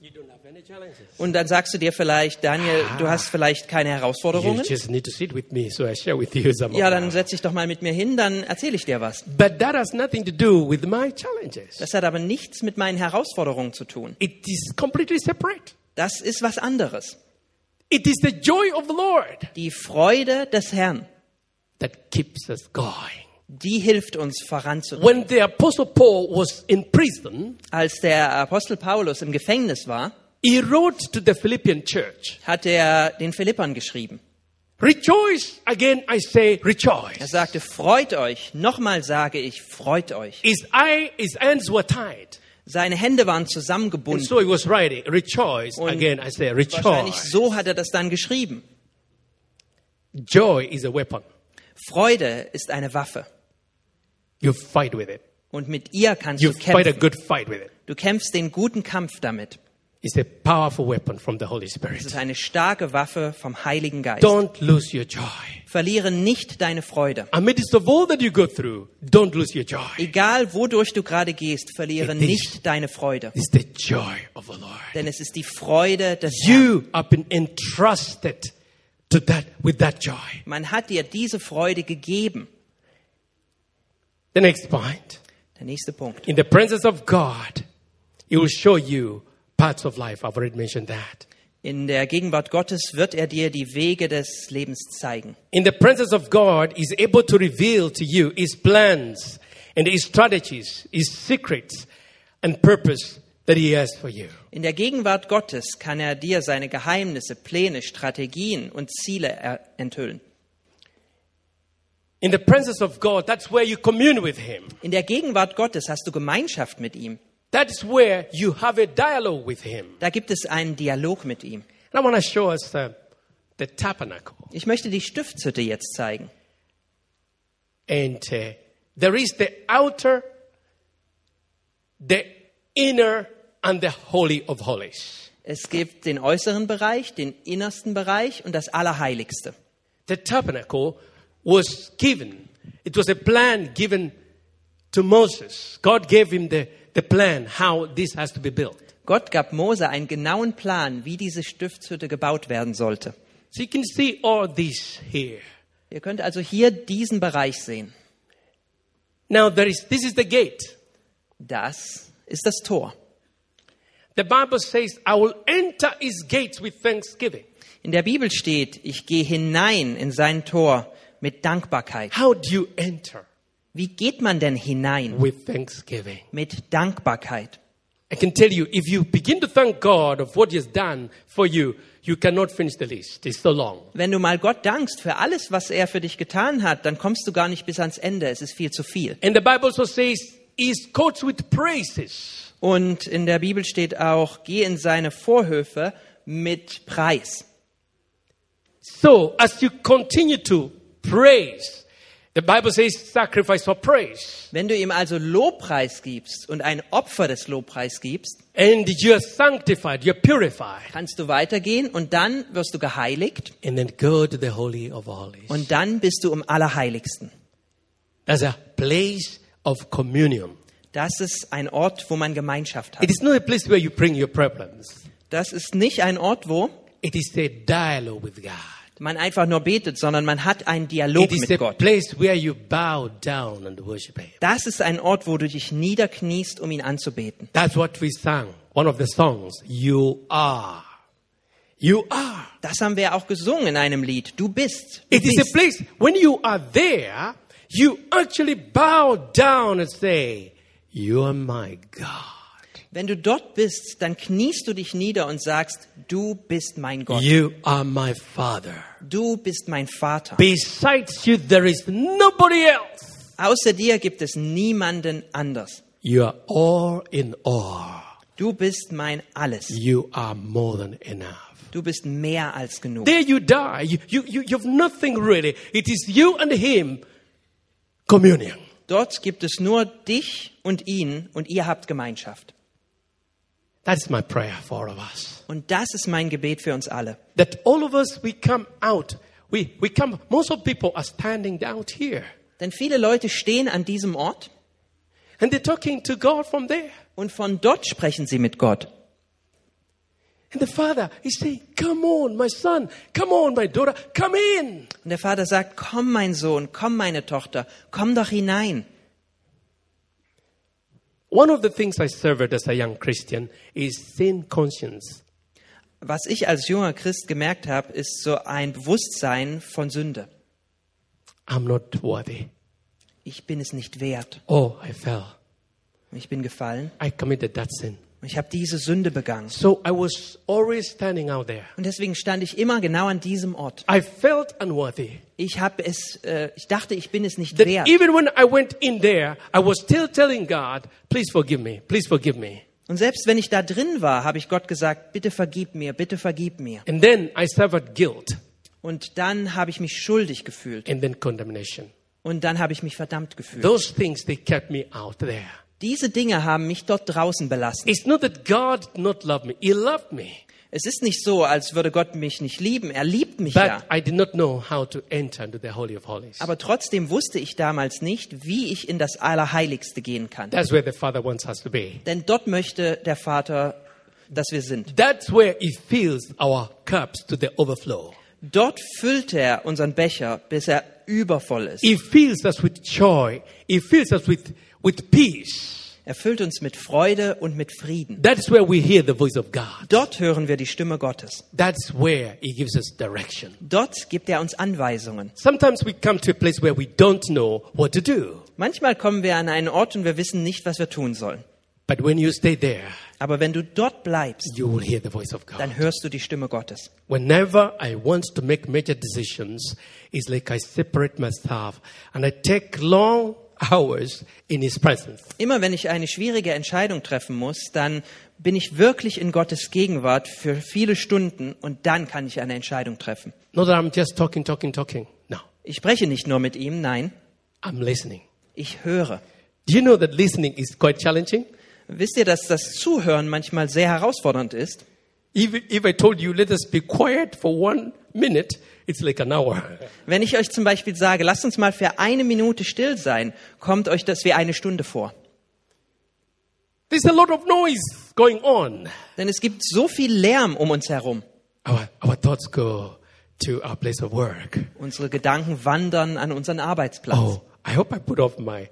Speaker 1: You don't have any challenges.
Speaker 2: Und dann sagst du dir vielleicht, Daniel, du hast vielleicht keine
Speaker 1: You
Speaker 2: Herausforderungen.
Speaker 1: just need to sit with me, so I share with you some
Speaker 2: Ja,
Speaker 1: of
Speaker 2: dann
Speaker 1: mine.
Speaker 2: setz dich doch mal mit mir hin, dann erzähle ich dir was.
Speaker 1: But that has nothing to do with my challenges.
Speaker 2: Das hat aber nichts mit meinen Herausforderungen zu tun.
Speaker 1: It is completely separate.
Speaker 2: Das ist was anderes.
Speaker 1: It is the joy of the Lord
Speaker 2: Die Freude des Herrn,
Speaker 1: that keeps us going.
Speaker 2: die hilft uns voranzugehen.
Speaker 1: When the Apostle Paul was in prison,
Speaker 2: Als der Apostel Paulus im Gefängnis war,
Speaker 1: he wrote to the Philippian church
Speaker 2: hat er den Philippern geschrieben.
Speaker 1: Rejoice, again I say,
Speaker 2: Er
Speaker 1: rejoice.
Speaker 2: sagte, freut euch. Nochmal sage ich, freut euch.
Speaker 1: His, eye, his hands were tied.
Speaker 2: Seine Hände waren
Speaker 1: And
Speaker 2: zusammengebunden.
Speaker 1: so he was writing, Rejoice,
Speaker 2: Und
Speaker 1: again I say,
Speaker 2: Wahrscheinlich
Speaker 1: rejoice.
Speaker 2: so hat er das dann geschrieben.
Speaker 1: Joy is a weapon,
Speaker 2: Freude ist eine Waffe.
Speaker 1: you fight with it.
Speaker 2: Und mit ihr kannst
Speaker 1: You
Speaker 2: du
Speaker 1: fight a
Speaker 2: kämpfen.
Speaker 1: good fight with it.
Speaker 2: Du kämpfst den guten Kampf damit.
Speaker 1: It's a powerful weapon from the Holy
Speaker 2: Es
Speaker 1: Spirit.
Speaker 2: ist eine starke Waffe vom Heiligen Geist.
Speaker 1: Don't lose your joy.
Speaker 2: Verliere nicht deine Freude.
Speaker 1: Amidst of all that you go through, don't lose your joy.
Speaker 2: Egal wodurch du gerade gehst, verliere
Speaker 1: It is-
Speaker 2: nicht deine Freude.
Speaker 1: It's the joy of the Lord.
Speaker 2: Denn es ist die Freude des Herrn.
Speaker 1: You have been entrusted to that with that joy.
Speaker 2: Man hat dir diese Freude gegeben.
Speaker 1: The next point.
Speaker 2: Der nächste Punkt.
Speaker 1: In the presence of God, He will show you parts of life. I've already mentioned that.
Speaker 2: In der Gegenwart Gottes wird er dir die Wege des Lebens zeigen.
Speaker 1: In the presence of God, He's able to reveal to you His plans and His strategies, His secrets and purpose that He has for you.
Speaker 2: In der Gegenwart Gottes kann er dir seine Geheimnisse, Pläne, Strategien und Ziele er- enthüllen.
Speaker 1: In the presence of God, that's where you commune with Him.
Speaker 2: In der Gegenwart Gottes hast du Gemeinschaft mit ihm.
Speaker 1: That's where you have a dialogue with Him.
Speaker 2: Da gibt es einen Dialog mit ihm.
Speaker 1: And I want to show us the, the tabernacle.
Speaker 2: Ich möchte die Stiftshütte jetzt zeigen.
Speaker 1: And uh, there is the outer, the inner, and the holy of holies.
Speaker 2: Es gibt den äußeren Bereich, den innersten Bereich und das Allerheiligste.
Speaker 1: The tabernacle was given, it was a plan given to Moses. God gave him the, the plan how this has to be built.
Speaker 2: Gott gab Mose einen genauen Plan, wie diese Stiftshütte gebaut werden sollte.
Speaker 1: So you can see all this here.
Speaker 2: Ihr könnt also hier diesen Bereich sehen.
Speaker 1: Now there is this is the gate.
Speaker 2: Das ist das Tor.
Speaker 1: The Bible says, I will enter his gates with thanksgiving.
Speaker 2: In der Bibel steht, ich gehe hinein in sein Tor mit Dankbarkeit.
Speaker 1: How do you enter
Speaker 2: Wie geht man denn hinein?
Speaker 1: with thanksgiving?
Speaker 2: Mit Dankbarkeit.
Speaker 1: I can tell you, if you begin to thank God of what He has done for you, you cannot finish the list. It's so long.
Speaker 2: Wenn du mal Gott dankst für alles, was er für dich getan hat, dann kommst du gar nicht bis ans Ende. Es ist viel zu viel.
Speaker 1: And the Bible also says, He's coats with praises.
Speaker 2: Und in der Bibel steht auch, geh in seine Vorhöfe mit Preis.
Speaker 1: So, as you continue to praise, the Bible says, sacrifice for praise.
Speaker 2: Wenn du ihm also Lobpreis gibst und ein Opfer des Lobpreis gibst,
Speaker 1: And you are sanctified, you're purified.
Speaker 2: kannst du weitergehen und dann wirst du geheiligt
Speaker 1: And then go to the Holy of Holies.
Speaker 2: und dann bist du im Allerheiligsten.
Speaker 1: That's a place of communion.
Speaker 2: Das ist ein Ort, wo man Gemeinschaft hat.
Speaker 1: It is not a place where you bring your problems.
Speaker 2: Das ist nicht ein Ort, wo
Speaker 1: It is a dialogue with God.
Speaker 2: man einfach nur betet, sondern man hat einen Dialog
Speaker 1: It is
Speaker 2: mit
Speaker 1: a
Speaker 2: Gott.
Speaker 1: place where you bow down and worship Him.
Speaker 2: Das ist ein Ort, wo du dich niederkniest, um ihn anzubeten.
Speaker 1: That's what we sang. One of the songs. You are. You are.
Speaker 2: Das haben wir auch gesungen in einem Lied. Du bist. Du
Speaker 1: It is a
Speaker 2: bist.
Speaker 1: place when you are there, you actually bow down and say, You are my God.
Speaker 2: Wenn du dort bist, dann kniest du dich nieder und sagst, du bist mein Gott.
Speaker 1: You are my Father.
Speaker 2: Du bist mein Vater.
Speaker 1: Besides you, there is nobody else.
Speaker 2: Außer dir gibt es niemanden anders.
Speaker 1: You are all in all.
Speaker 2: Du bist mein Alles.
Speaker 1: You are more than enough.
Speaker 2: Du bist mehr als genug.
Speaker 1: There you die. You, you, you, you have nothing really. It is you and Him. Communion.
Speaker 2: Dort gibt es nur dich und ihn und ihr habt Gemeinschaft.
Speaker 1: That's my prayer for all of us.
Speaker 2: Und das ist mein Gebet für uns alle.
Speaker 1: That all of us, we come out. We, we come, most of people are standing out here.
Speaker 2: Denn viele Leute stehen an diesem Ort
Speaker 1: And they're talking to God from there.
Speaker 2: und von dort sprechen sie mit Gott.
Speaker 1: And the father is saying, Come on, my son. Come on, my daughter. Come in.
Speaker 2: Und der Vater sagt, komm mein Sohn, komm meine Tochter, komm doch hinein.
Speaker 1: One of the things I surveyed as a young Christian is sin conscience.
Speaker 2: Was ich als junger Christ gemerkt habe, ist so ein Bewusstsein von Sünde.
Speaker 1: I'm not worthy.
Speaker 2: Ich bin es nicht wert.
Speaker 1: Oh, I fell.
Speaker 2: Ich bin gefallen.
Speaker 1: I committed that sin.
Speaker 2: Ich habe diese Sünde begangen.
Speaker 1: So I was always standing out there.
Speaker 2: Und deswegen stand ich immer genau an diesem Ort.
Speaker 1: I felt unworthy.
Speaker 2: Ich habe es, äh, ich dachte, ich bin es nicht
Speaker 1: That
Speaker 2: wert.
Speaker 1: even when I went in there, I was still telling God, please forgive me, please forgive me.
Speaker 2: Und selbst wenn ich da drin war, habe ich Gott gesagt, bitte vergib mir, bitte vergib mir.
Speaker 1: And then I suffered guilt
Speaker 2: Und dann habe ich mich schuldig gefühlt.
Speaker 1: and then condemnation.
Speaker 2: Und dann habe ich mich verdammt gefühlt.
Speaker 1: Those things, they kept me out there.
Speaker 2: Diese Dinge haben mich dort draußen belassen.
Speaker 1: It's not that God did not love me. He loved me.
Speaker 2: Es ist nicht so, als würde Gott mich nicht lieben. Er liebt mich
Speaker 1: But
Speaker 2: ja.
Speaker 1: I did not know how to enter into the Holy of Holies.
Speaker 2: Aber trotzdem wusste ich damals nicht, wie ich in das Allerheiligste gehen kann.
Speaker 1: That's where the Father wants us to be.
Speaker 2: Denn dort möchte der Vater, dass wir sind.
Speaker 1: That's where He fills our cups to the overflow.
Speaker 2: Dort füllt er unseren Becher, bis er übervoll ist.
Speaker 1: He fills us with joy. He fills us with, with peace.
Speaker 2: Er füllt uns mit Freude und mit Frieden.
Speaker 1: That's where we hear the voice of God.
Speaker 2: Dort hören wir die Stimme Gottes.
Speaker 1: That's where He gives us direction.
Speaker 2: Dort gibt er uns Anweisungen.
Speaker 1: Sometimes we come to a place where we don't know what to do.
Speaker 2: Manchmal kommen wir an einen Ort und wir wissen nicht, was wir tun sollen.
Speaker 1: But when you stay there,
Speaker 2: Aber wenn du dort bleibst,
Speaker 1: you will hear the voice of God.
Speaker 2: dann hörst du die Stimme Gottes.
Speaker 1: Whenever I want to make major decisions, it's like I separate myself and I take long hours in His presence.
Speaker 2: Immer wenn ich eine schwierige Entscheidung treffen muss, dann bin ich wirklich in Gottes Gegenwart für viele Stunden und dann kann ich eine Entscheidung treffen.
Speaker 1: Not that I'm just talking, talking, talking. No,
Speaker 2: Ich spreche nicht nur mit ihm, nein,
Speaker 1: I'm listening.
Speaker 2: ich höre.
Speaker 1: Do you know that listening is quite challenging?
Speaker 2: Wisst ihr, dass das Zuhören manchmal sehr herausfordernd ist?
Speaker 1: If, if I told you, let us be quiet for one minute, it's like an hour.
Speaker 2: Wenn ich euch zum Beispiel sage, lasst uns mal für eine Minute still sein, kommt euch das wie eine Stunde vor.
Speaker 1: There's a lot of noise going on.
Speaker 2: Denn es gibt so viel Lärm um uns herum.
Speaker 1: Our, our thoughts go to our place of work.
Speaker 2: Unsere Gedanken wandern an unseren Arbeitsplatz.
Speaker 1: Oh, I hope I put off my,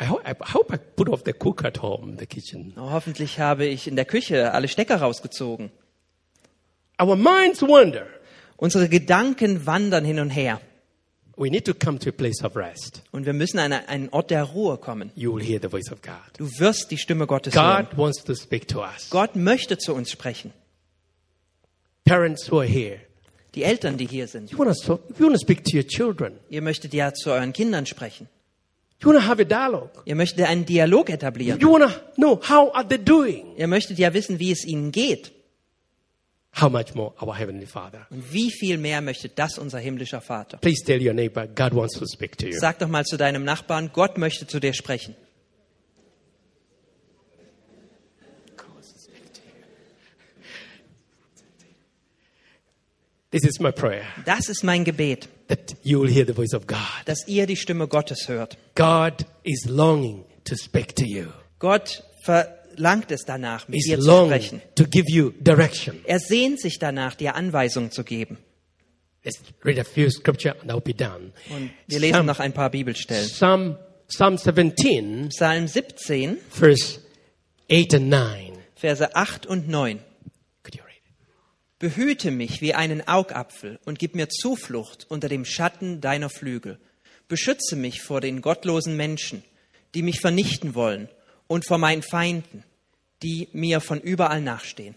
Speaker 1: I hope I, hope I put off the cook at home, the kitchen.
Speaker 2: Oh, hoffentlich habe ich in der Küche alle Stecker rausgezogen.
Speaker 1: Our minds wander.
Speaker 2: Unsere Gedanken wandern hin und her.
Speaker 1: We need to come to a place of rest.
Speaker 2: Und wir müssen an einen Ort der Ruhe kommen.
Speaker 1: You will hear the voice of God.
Speaker 2: Du wirst die Stimme Gottes hören.
Speaker 1: God wants to speak to us.
Speaker 2: Gott möchte zu uns sprechen.
Speaker 1: Parents who are here,
Speaker 2: Die Eltern, die hier sind.
Speaker 1: you want to, you want to speak to your children.
Speaker 2: Ihr möchtet ja zu euren Kindern sprechen.
Speaker 1: You want to have a dialogue.
Speaker 2: Ihr möchtet einen Dialog etablieren.
Speaker 1: You want to know how are they doing?
Speaker 2: Ihr möchtet ja wissen, wie es ihnen geht.
Speaker 1: How much more our Heavenly Father?
Speaker 2: Und wie viel mehr möchte das unser himmlischer Vater?
Speaker 1: Please tell your neighbor, God wants to speak to you.
Speaker 2: Sag doch mal zu deinem Nachbarn, Gott möchte zu dir sprechen.
Speaker 1: This is my prayer
Speaker 2: Das ist mein Gebet,
Speaker 1: that you will hear the voice of God.
Speaker 2: dass ihr die Stimme Gottes hört.
Speaker 1: God is longing to speak to you.
Speaker 2: Gott verlangt es danach, mit
Speaker 1: He's
Speaker 2: dir zu
Speaker 1: longing
Speaker 2: sprechen.
Speaker 1: to give you direction.
Speaker 2: Er sehnt sich danach, dir Anweisungen zu geben.
Speaker 1: Let's read a few scripture and I'll be done.
Speaker 2: Und wir lesen noch ein paar Bibelstellen.
Speaker 1: Psalm, Psalm 17,
Speaker 2: Psalm 17,
Speaker 1: verse 8 and 9.
Speaker 2: Verse 8 und 9.
Speaker 1: Could you read it?
Speaker 2: Behüte mich wie einen Augapfel und gib mir Zuflucht unter dem Schatten deiner Flügel. Beschütze mich vor den gottlosen Menschen, die mich vernichten wollen, und vor meinen Feinden, die mir von überall nachstehen.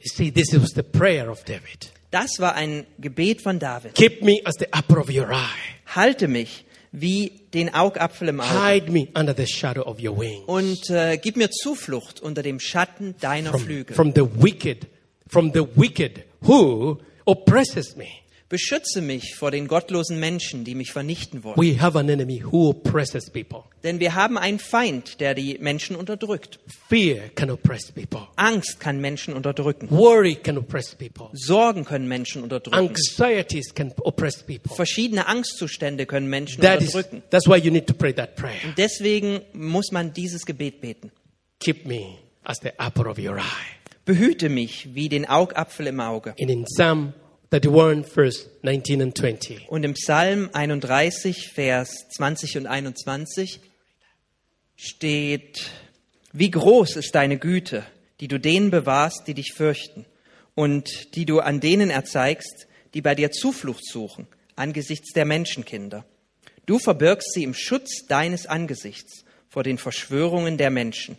Speaker 1: You see, this was the prayer of David.
Speaker 2: Das war ein Gebet von David.
Speaker 1: Keep me as the apple of your eye.
Speaker 2: Halte mich wie den Augapfel im Auge
Speaker 1: Hide me under the shadow of your wing.
Speaker 2: und äh, gib mir Zuflucht unter dem Schatten deiner
Speaker 1: From,
Speaker 2: Flügel.
Speaker 1: from the wicked, from the wicked who oppresses me.
Speaker 2: Beschütze mich vor den gottlosen Menschen, die mich vernichten wollen.
Speaker 1: We have an enemy who oppresses people.
Speaker 2: Denn wir haben einen Feind, der die Menschen unterdrückt.
Speaker 1: Fear can oppress people.
Speaker 2: Angst kann Menschen unterdrücken.
Speaker 1: Worry can oppress people.
Speaker 2: Sorgen können Menschen unterdrücken.
Speaker 1: Anxieties can oppress people.
Speaker 2: Verschiedene Angstzustände können Menschen
Speaker 1: That is,
Speaker 2: unterdrücken.
Speaker 1: that's why you need to pray that prayer.
Speaker 2: Deswegen muss man dieses Gebet beten.
Speaker 1: Keep me as the apple of your eye.
Speaker 2: Behüte mich wie den Augapfel im Auge.
Speaker 1: And in Psalm 31, verse 19 and 20,
Speaker 2: Und im Psalm 31, Vers 20 und 21 steht, wie groß ist deine Güte, die du denen bewahrst, die dich fürchten und die du an denen erzeigst, die bei dir Zuflucht suchen, angesichts der Menschenkinder. Du verbirgst sie im Schutz deines Angesichts vor den Verschwörungen der Menschen.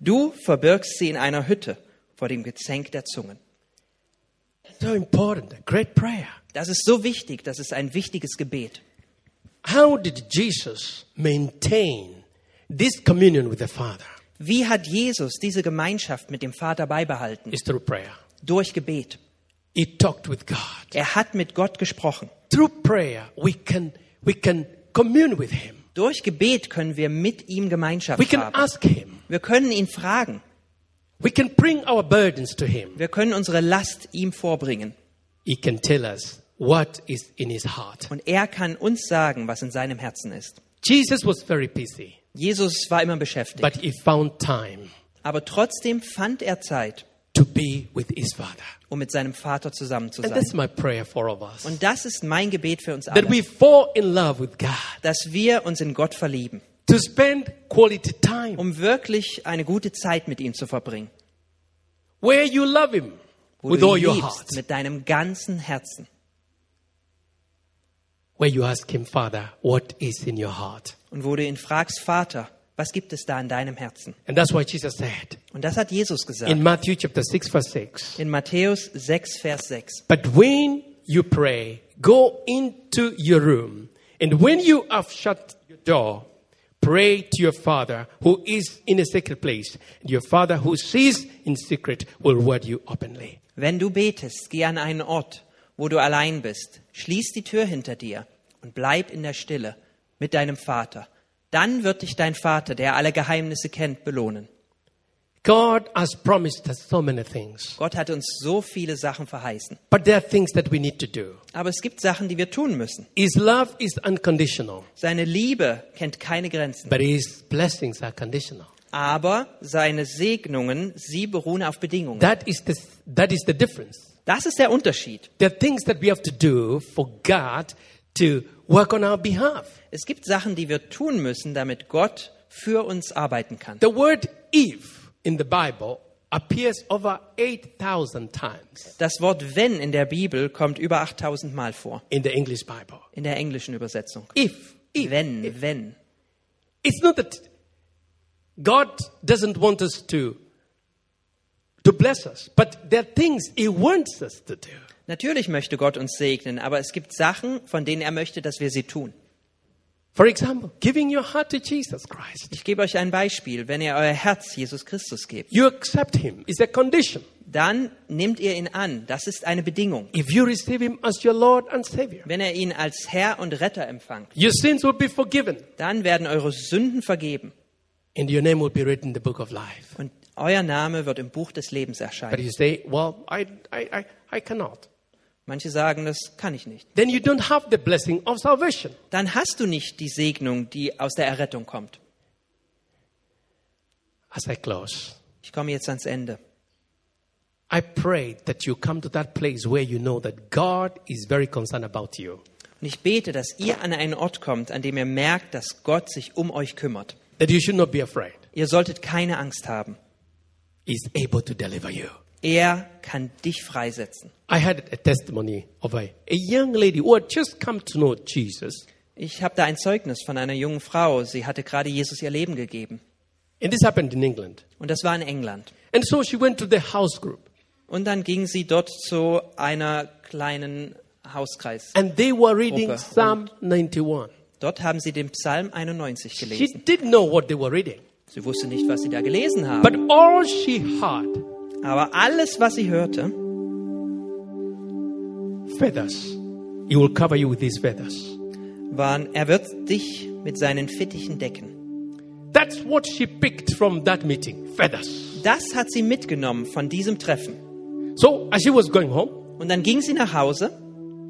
Speaker 2: Du verbirgst sie in einer Hütte vor dem Gezänk der Zungen.
Speaker 1: so important, a great prayer.
Speaker 2: Das ist so wichtig, das ist ein wichtiges Gebet.
Speaker 1: How did Jesus maintain this communion with the Father?
Speaker 2: Wie hat Jesus diese Gemeinschaft mit dem Vater beibehalten?
Speaker 1: It's through prayer.
Speaker 2: Durch Gebet.
Speaker 1: He talked with God.
Speaker 2: Er hat mit Gott gesprochen.
Speaker 1: Through prayer, we can, we can commune with Him.
Speaker 2: Durch Gebet können wir mit ihm Gemeinschaft
Speaker 1: We can
Speaker 2: haben.
Speaker 1: ask Him.
Speaker 2: Wir können ihn fragen.
Speaker 1: We can bring our burdens to Him.
Speaker 2: Wir können unsere Last ihm vorbringen.
Speaker 1: He can tell us what is in His heart.
Speaker 2: Und er kann uns sagen, was in seinem Herzen ist.
Speaker 1: Jesus was very busy,
Speaker 2: Jesus war immer beschäftigt,
Speaker 1: but He found time
Speaker 2: aber trotzdem fand er Zeit,
Speaker 1: to be with His Father.
Speaker 2: um mit seinem Vater zusammen zu
Speaker 1: And
Speaker 2: sein.
Speaker 1: that's my prayer for all of us.
Speaker 2: Und das ist mein Gebet für uns
Speaker 1: that
Speaker 2: alle,
Speaker 1: we fall in love with God,
Speaker 2: dass wir uns in Gott verlieben,
Speaker 1: to spend quality time
Speaker 2: um wirklich eine gute Zeit mit ihm zu verbringen.
Speaker 1: where you love Him
Speaker 2: wo
Speaker 1: with
Speaker 2: du
Speaker 1: all
Speaker 2: ihn
Speaker 1: your
Speaker 2: liebst,
Speaker 1: heart,
Speaker 2: mit deinem ganzen Herzen,
Speaker 1: where you ask Him, Father, what is in your heart?
Speaker 2: und wo du ihn fragst, Vater, was gibt es da in deinem Herzen?
Speaker 1: And that's why Jesus said
Speaker 2: Und das hat Jesus gesagt
Speaker 1: in Matthew chapter 6, verse 6
Speaker 2: in Matthäus 6, Vers 6.
Speaker 1: But when you pray, go into your room, and when you have shut your door, pray to your Father who is in a secret place, and your Father who sees in secret will reward you openly.
Speaker 2: Wenn du betest, geh an einen Ort, wo du allein bist, schließ die Tür hinter dir und bleib in der Stille mit deinem Vater. Dann wird dich dein Vater, der alle Geheimnisse kennt, belohnen.
Speaker 1: God has promised us so many things,
Speaker 2: Gott hat uns so viele Sachen verheißen.
Speaker 1: but there are things that we need to do.
Speaker 2: Aber es gibt Sachen, die wir tun müssen.
Speaker 1: His love is unconditional,
Speaker 2: Seine Liebe kennt keine Grenzen.
Speaker 1: but his blessings are conditional.
Speaker 2: Aber seine Segnungen, sie beruhen auf Bedingungen.
Speaker 1: That is the, that is the difference.
Speaker 2: Das ist der Unterschied.
Speaker 1: There are things that we have to do for God to work on our behalf.
Speaker 2: Es gibt Sachen, die wir tun müssen, damit Gott für uns arbeiten kann.
Speaker 1: The word if in the Bible appears over 8,000 times
Speaker 2: Das Wort wenn in der Bibel kommt über 8000 Mal vor,
Speaker 1: in the English Bible.
Speaker 2: in der englischen Übersetzung.
Speaker 1: If, if, if.
Speaker 2: Wenn, wenn.
Speaker 1: It's not that God doesn't want us to, to bless us, but there are things He wants us to do.
Speaker 2: Natürlich möchte Gott uns segnen, aber es gibt Sachen, von denen er möchte, dass wir sie tun.
Speaker 1: For example, giving your heart to Jesus Christ.
Speaker 2: Ich gebe euch ein Beispiel. Wenn ihr euer Herz Jesus Christus gebt,
Speaker 1: You accept Him, it's a condition.
Speaker 2: dann nehmt ihr ihn an. Das ist eine Bedingung.
Speaker 1: If you receive Him as your Lord and Savior,
Speaker 2: Wenn ihr ihn als Herr und Retter empfangt,
Speaker 1: your sins will be forgiven
Speaker 2: dann werden eure Sünden vergeben
Speaker 1: and your name will be written in the book of life.
Speaker 2: und euer Name wird im Buch des Lebens
Speaker 1: But
Speaker 2: erscheinen.
Speaker 1: you say, Well, I, I, I, I cannot.
Speaker 2: Manche sagen, das kann ich nicht.
Speaker 1: Then you don't have the blessing of salvation.
Speaker 2: Dann hast du nicht die Segnung, die aus der Errettung kommt.
Speaker 1: As I close,
Speaker 2: Ich komme jetzt ans Ende.
Speaker 1: I pray that you come to that place where you know that God is very concerned about you.
Speaker 2: Und ich bete, dass ihr an einen Ort kommt, an dem ihr merkt, dass Gott sich um euch kümmert.
Speaker 1: That you should not be afraid.
Speaker 2: Ihr solltet keine Angst haben.
Speaker 1: He's able to deliver you.
Speaker 2: Er kann dich freisetzen.
Speaker 1: I had a testimony of a, a young lady who had just come to know Jesus.
Speaker 2: Ich habe da ein Zeugnis von einer jungen Frau. Sie hatte gerade Jesus ihr Leben gegeben.
Speaker 1: And this happened in England.
Speaker 2: Und das war in England.
Speaker 1: And so she went to the house group.
Speaker 2: Und dann ging sie dort zu einer kleinen Hauskreis.
Speaker 1: And they were reading
Speaker 2: Opa.
Speaker 1: Psalm 91.
Speaker 2: Dort haben sie den Psalm 91
Speaker 1: She
Speaker 2: gelesen.
Speaker 1: didn't know what they were reading.
Speaker 2: Sie wusste nicht, was sie da gelesen haben.
Speaker 1: But all she had
Speaker 2: Aber alles, was sie hörte,
Speaker 1: feathers. He will cover you with these feathers.
Speaker 2: waren, er wird dich mit seinen Fittichen decken.
Speaker 1: That's what she picked from that meeting feathers.
Speaker 2: Das hat sie mitgenommen von diesem Treffen.
Speaker 1: So as she was going home,
Speaker 2: Und dann ging sie nach Hause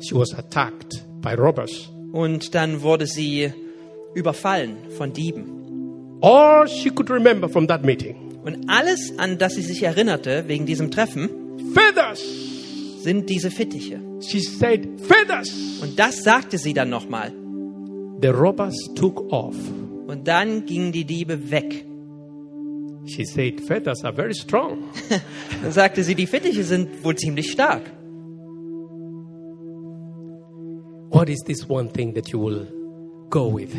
Speaker 1: she was attacked by robbers.
Speaker 2: und dann wurde sie überfallen von Dieben.
Speaker 1: All she could remember from that meeting
Speaker 2: Und alles, an das sie sich erinnerte wegen diesem Treffen,
Speaker 1: feathers.
Speaker 2: sind diese Fittiche.
Speaker 1: She said, feathers.
Speaker 2: Und das sagte sie dann nochmal.
Speaker 1: The robbers took off.
Speaker 2: Und dann gingen die Diebe weg.
Speaker 1: She said, feathers are very strong.
Speaker 2: Dann sagte sie, die Fittiche sind wohl ziemlich stark.
Speaker 1: What is this one thing that you will go with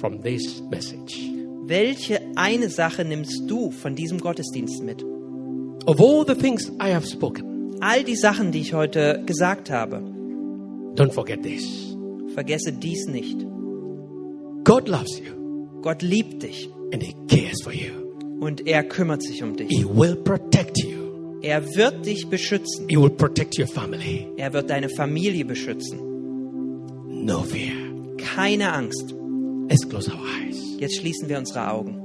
Speaker 1: from this message?
Speaker 2: Welche eine Sache nimmst du von diesem Gottesdienst mit?
Speaker 1: Of all the things I have spoken,
Speaker 2: All die Sachen, die ich heute gesagt habe,
Speaker 1: don't forget this.
Speaker 2: vergesse dies nicht.
Speaker 1: God loves you
Speaker 2: Gott liebt dich
Speaker 1: and He cares for you.
Speaker 2: und er kümmert sich um dich.
Speaker 1: He will protect you.
Speaker 2: Er wird dich beschützen.
Speaker 1: He will protect your family.
Speaker 2: Er wird deine Familie beschützen.
Speaker 1: No fear.
Speaker 2: Keine Angst.
Speaker 1: Let's close our eyes.
Speaker 2: Jetzt schließen wir unsere Augen.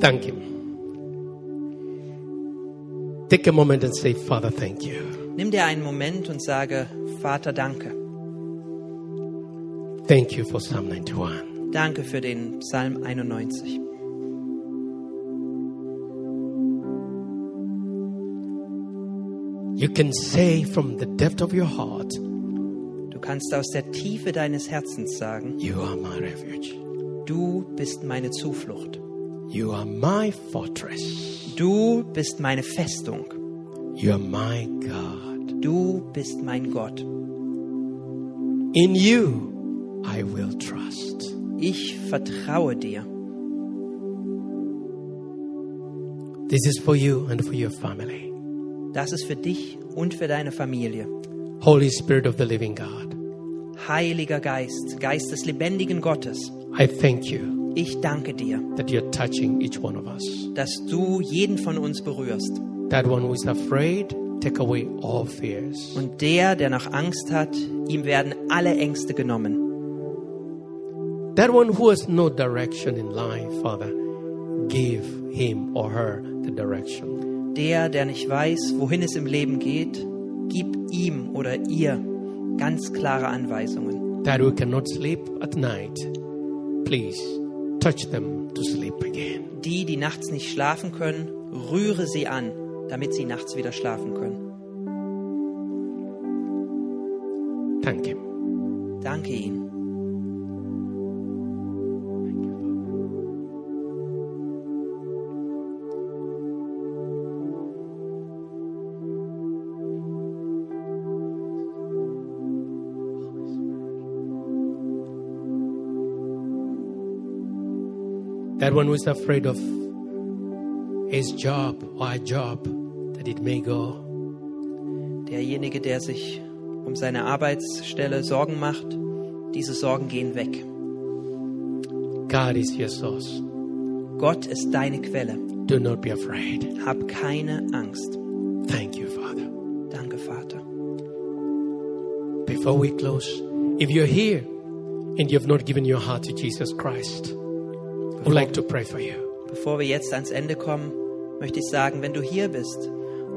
Speaker 1: Thank Him. Take a moment and say, Father, thank you.
Speaker 2: Nimm dir einen Moment und sage, Vater, danke.
Speaker 1: Thank you for Psalm 91.
Speaker 2: Danke für den Psalm 91.
Speaker 1: You can say from the depth of your heart,
Speaker 2: Du kannst aus der Tiefe deines Herzens sagen,
Speaker 1: You are my refuge.
Speaker 2: du bist meine Zuflucht.
Speaker 1: You are my fortress.
Speaker 2: Du bist meine Festung.
Speaker 1: You are my God.
Speaker 2: Du bist mein Gott.
Speaker 1: In you I will trust.
Speaker 2: Ich vertraue dir.
Speaker 1: This is for you and for your family.
Speaker 2: Das ist für dich und für deine Familie.
Speaker 1: Holy Spirit of the living God,
Speaker 2: Heiliger Geist, Geist des lebendigen Gottes,
Speaker 1: I thank you
Speaker 2: ich danke dir,
Speaker 1: that you're touching each one of us.
Speaker 2: dass du jeden von uns berührst.
Speaker 1: That one who is afraid, take away all fears.
Speaker 2: Und der, der noch Angst hat, ihm werden alle Ängste genommen.
Speaker 1: That one who has no direction in life, Father, give him or her the direction.
Speaker 2: Der, der nicht weiß, wohin es im Leben geht, gib ihm oder ihr ganz klare Anweisungen.
Speaker 1: That who cannot sleep at night, please touch them to sleep again.
Speaker 2: Die, die nachts nicht schlafen können, rühre sie an, damit sie nachts wieder schlafen können.
Speaker 1: Thank him.
Speaker 2: Danke ihnen.
Speaker 1: That one who is afraid of his job or her job, that it may go.
Speaker 2: Derjenige, der sich um seine Arbeitsstelle Sorgen macht, diese Sorgen gehen weg.
Speaker 1: God is your source.
Speaker 2: Gott ist deine Quelle.
Speaker 1: Do not be afraid.
Speaker 2: Hab keine Angst.
Speaker 1: Thank you, Father.
Speaker 2: Danke, Vater.
Speaker 1: Before we close, if you're here and you have not given your heart to Jesus Christ, I would like to pray for you.
Speaker 2: Bevor wir jetzt ans Ende kommen, möchte ich sagen, wenn du hier bist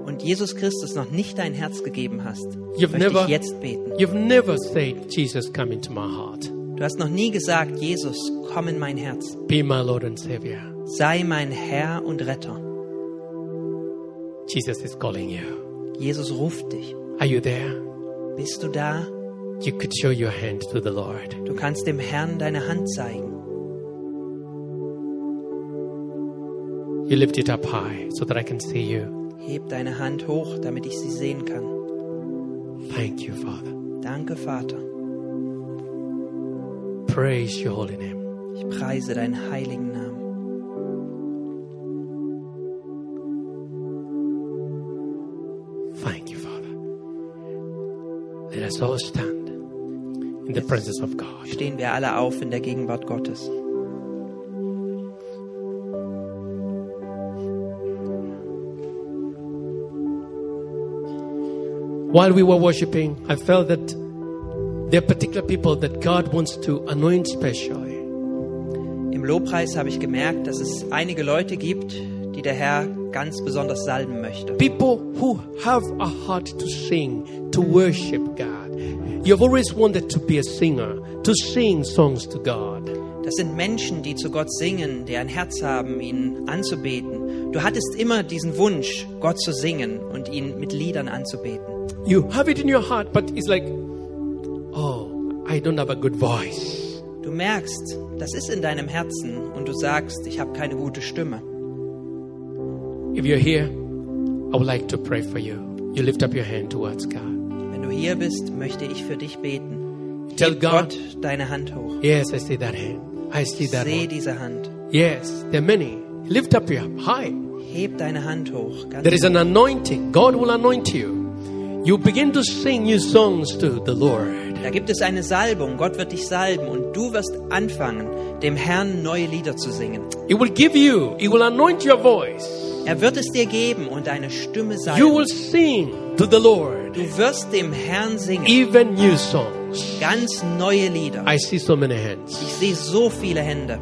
Speaker 2: und Jesus Christus noch nicht dein Herz gegeben hast,
Speaker 1: You've
Speaker 2: möchte
Speaker 1: never-
Speaker 2: ich jetzt beten.
Speaker 1: You've never said, Jesus, come into my heart.
Speaker 2: Du hast noch nie gesagt, Jesus, komm in mein Herz.
Speaker 1: Be my Lord and Savior.
Speaker 2: Sei mein Herr und Retter.
Speaker 1: Jesus is calling you.
Speaker 2: Jesus ruft dich.
Speaker 1: Are you there?
Speaker 2: Bist du da?
Speaker 1: You could show your hand to the Lord.
Speaker 2: Du kannst dem Herrn deine Hand zeigen.
Speaker 1: You lift it up high so that I can see you.
Speaker 2: Heb deine Hand hoch, damit ich sie sehen kann.
Speaker 1: Thank you, Father.
Speaker 2: Danke, Vater.
Speaker 1: Praise your holy name.
Speaker 2: Ich preise deinen heiligen Namen.
Speaker 1: Thank you, Father. Let us all stand in the presence of God.
Speaker 2: Stehen wir alle auf in der Gegenwart Gottes.
Speaker 1: While we were worshiping, I felt that there are particular people that God wants to anoint specially.
Speaker 2: Im Lobpreis habe ich gemerkt, dass es einige Leute gibt, die der Herr ganz besonders salben möchte.
Speaker 1: People who have a heart to sing, to worship God. You've always wanted to be a singer, to sing songs to God.
Speaker 2: Das sind Menschen, die zu Gott singen, die ein Herz haben, ihn anzubeten. Du hattest immer diesen Wunsch, Gott zu singen und ihn mit Liedern anzubeten.
Speaker 1: You have it in your heart, but it's like, oh, I don't have a good voice.
Speaker 2: Du merkst, das ist in deinem Herzen und du sagst, ich habe keine gute Stimme.
Speaker 1: If you're here, I would like to pray for you. You lift up your hand towards God.
Speaker 2: Wenn du hier bist, möchte ich für dich beten.
Speaker 1: Tell
Speaker 2: Heb
Speaker 1: God,
Speaker 2: Gott deine Hand hoch.
Speaker 1: yes, I see that hand. I see
Speaker 2: Ich
Speaker 1: that
Speaker 2: sehe
Speaker 1: one.
Speaker 2: diese Hand.
Speaker 1: Yes, there are many. Lift up your high.
Speaker 2: Heb deine Hand hoch. Ganz
Speaker 1: There is an anointing. God will anoint you. You begin to sing new songs to the Lord.
Speaker 2: Da gibt es eine Salbung, Gott wird dich salben und du wirst anfangen, dem Herrn neue Lieder zu singen.
Speaker 1: He will give you, He will anoint your voice.
Speaker 2: Er wird es dir geben und deine Stimme
Speaker 1: You will
Speaker 2: salben.
Speaker 1: sing to the Lord
Speaker 2: Du wirst dem Herrn singen,
Speaker 1: even new songs.
Speaker 2: ganz neue Lieder.
Speaker 1: I see so many hands.
Speaker 2: Ich sehe so viele Hände.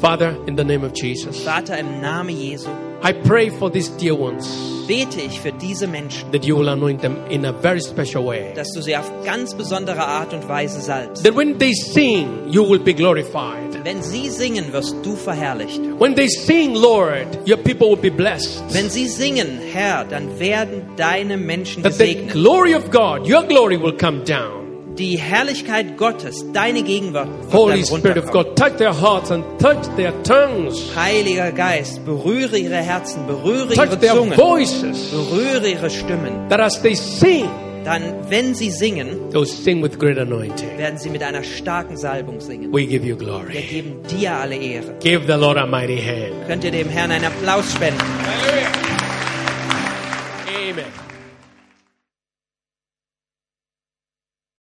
Speaker 1: Father, in the name of Jesus,
Speaker 2: Vater, im Namen Jesu
Speaker 1: I pray for these dear ones
Speaker 2: bete ich für diese Menschen,
Speaker 1: that you will anoint them in a very special way.
Speaker 2: dass du sie auf ganz besondere Art und Weise salbst.
Speaker 1: That when they sing, you will be glorified.
Speaker 2: Wenn sie singen, wirst du verherrlicht.
Speaker 1: When they sing, Lord, your people will be blessed.
Speaker 2: Wenn sie singen, Herr, dann werden deine Menschen
Speaker 1: That the
Speaker 2: gesegnet.
Speaker 1: glory of God, your glory will come down.
Speaker 2: Die Herrlichkeit Gottes, deine Gegenwart, wird
Speaker 1: Holy
Speaker 2: dann
Speaker 1: Spirit of
Speaker 2: runterkommen.
Speaker 1: God, touch their hearts and touch their tongues,
Speaker 2: Heiliger Geist, berühre ihre Herzen, berühre ihre
Speaker 1: touch their
Speaker 2: Zungen,
Speaker 1: voices,
Speaker 2: berühre ihre Stimmen.
Speaker 1: that as they sing,
Speaker 2: Dann, wenn sie singen,
Speaker 1: they'll Oh, sing with great anointing.
Speaker 2: werden sie mit einer starken Salbung singen.
Speaker 1: We give you
Speaker 2: Wir
Speaker 1: glory.
Speaker 2: geben dir alle Ehre.
Speaker 1: Give the Lord a mighty hand.
Speaker 2: Könnt ihr dem Herrn einen Applaus spenden?
Speaker 1: Amen.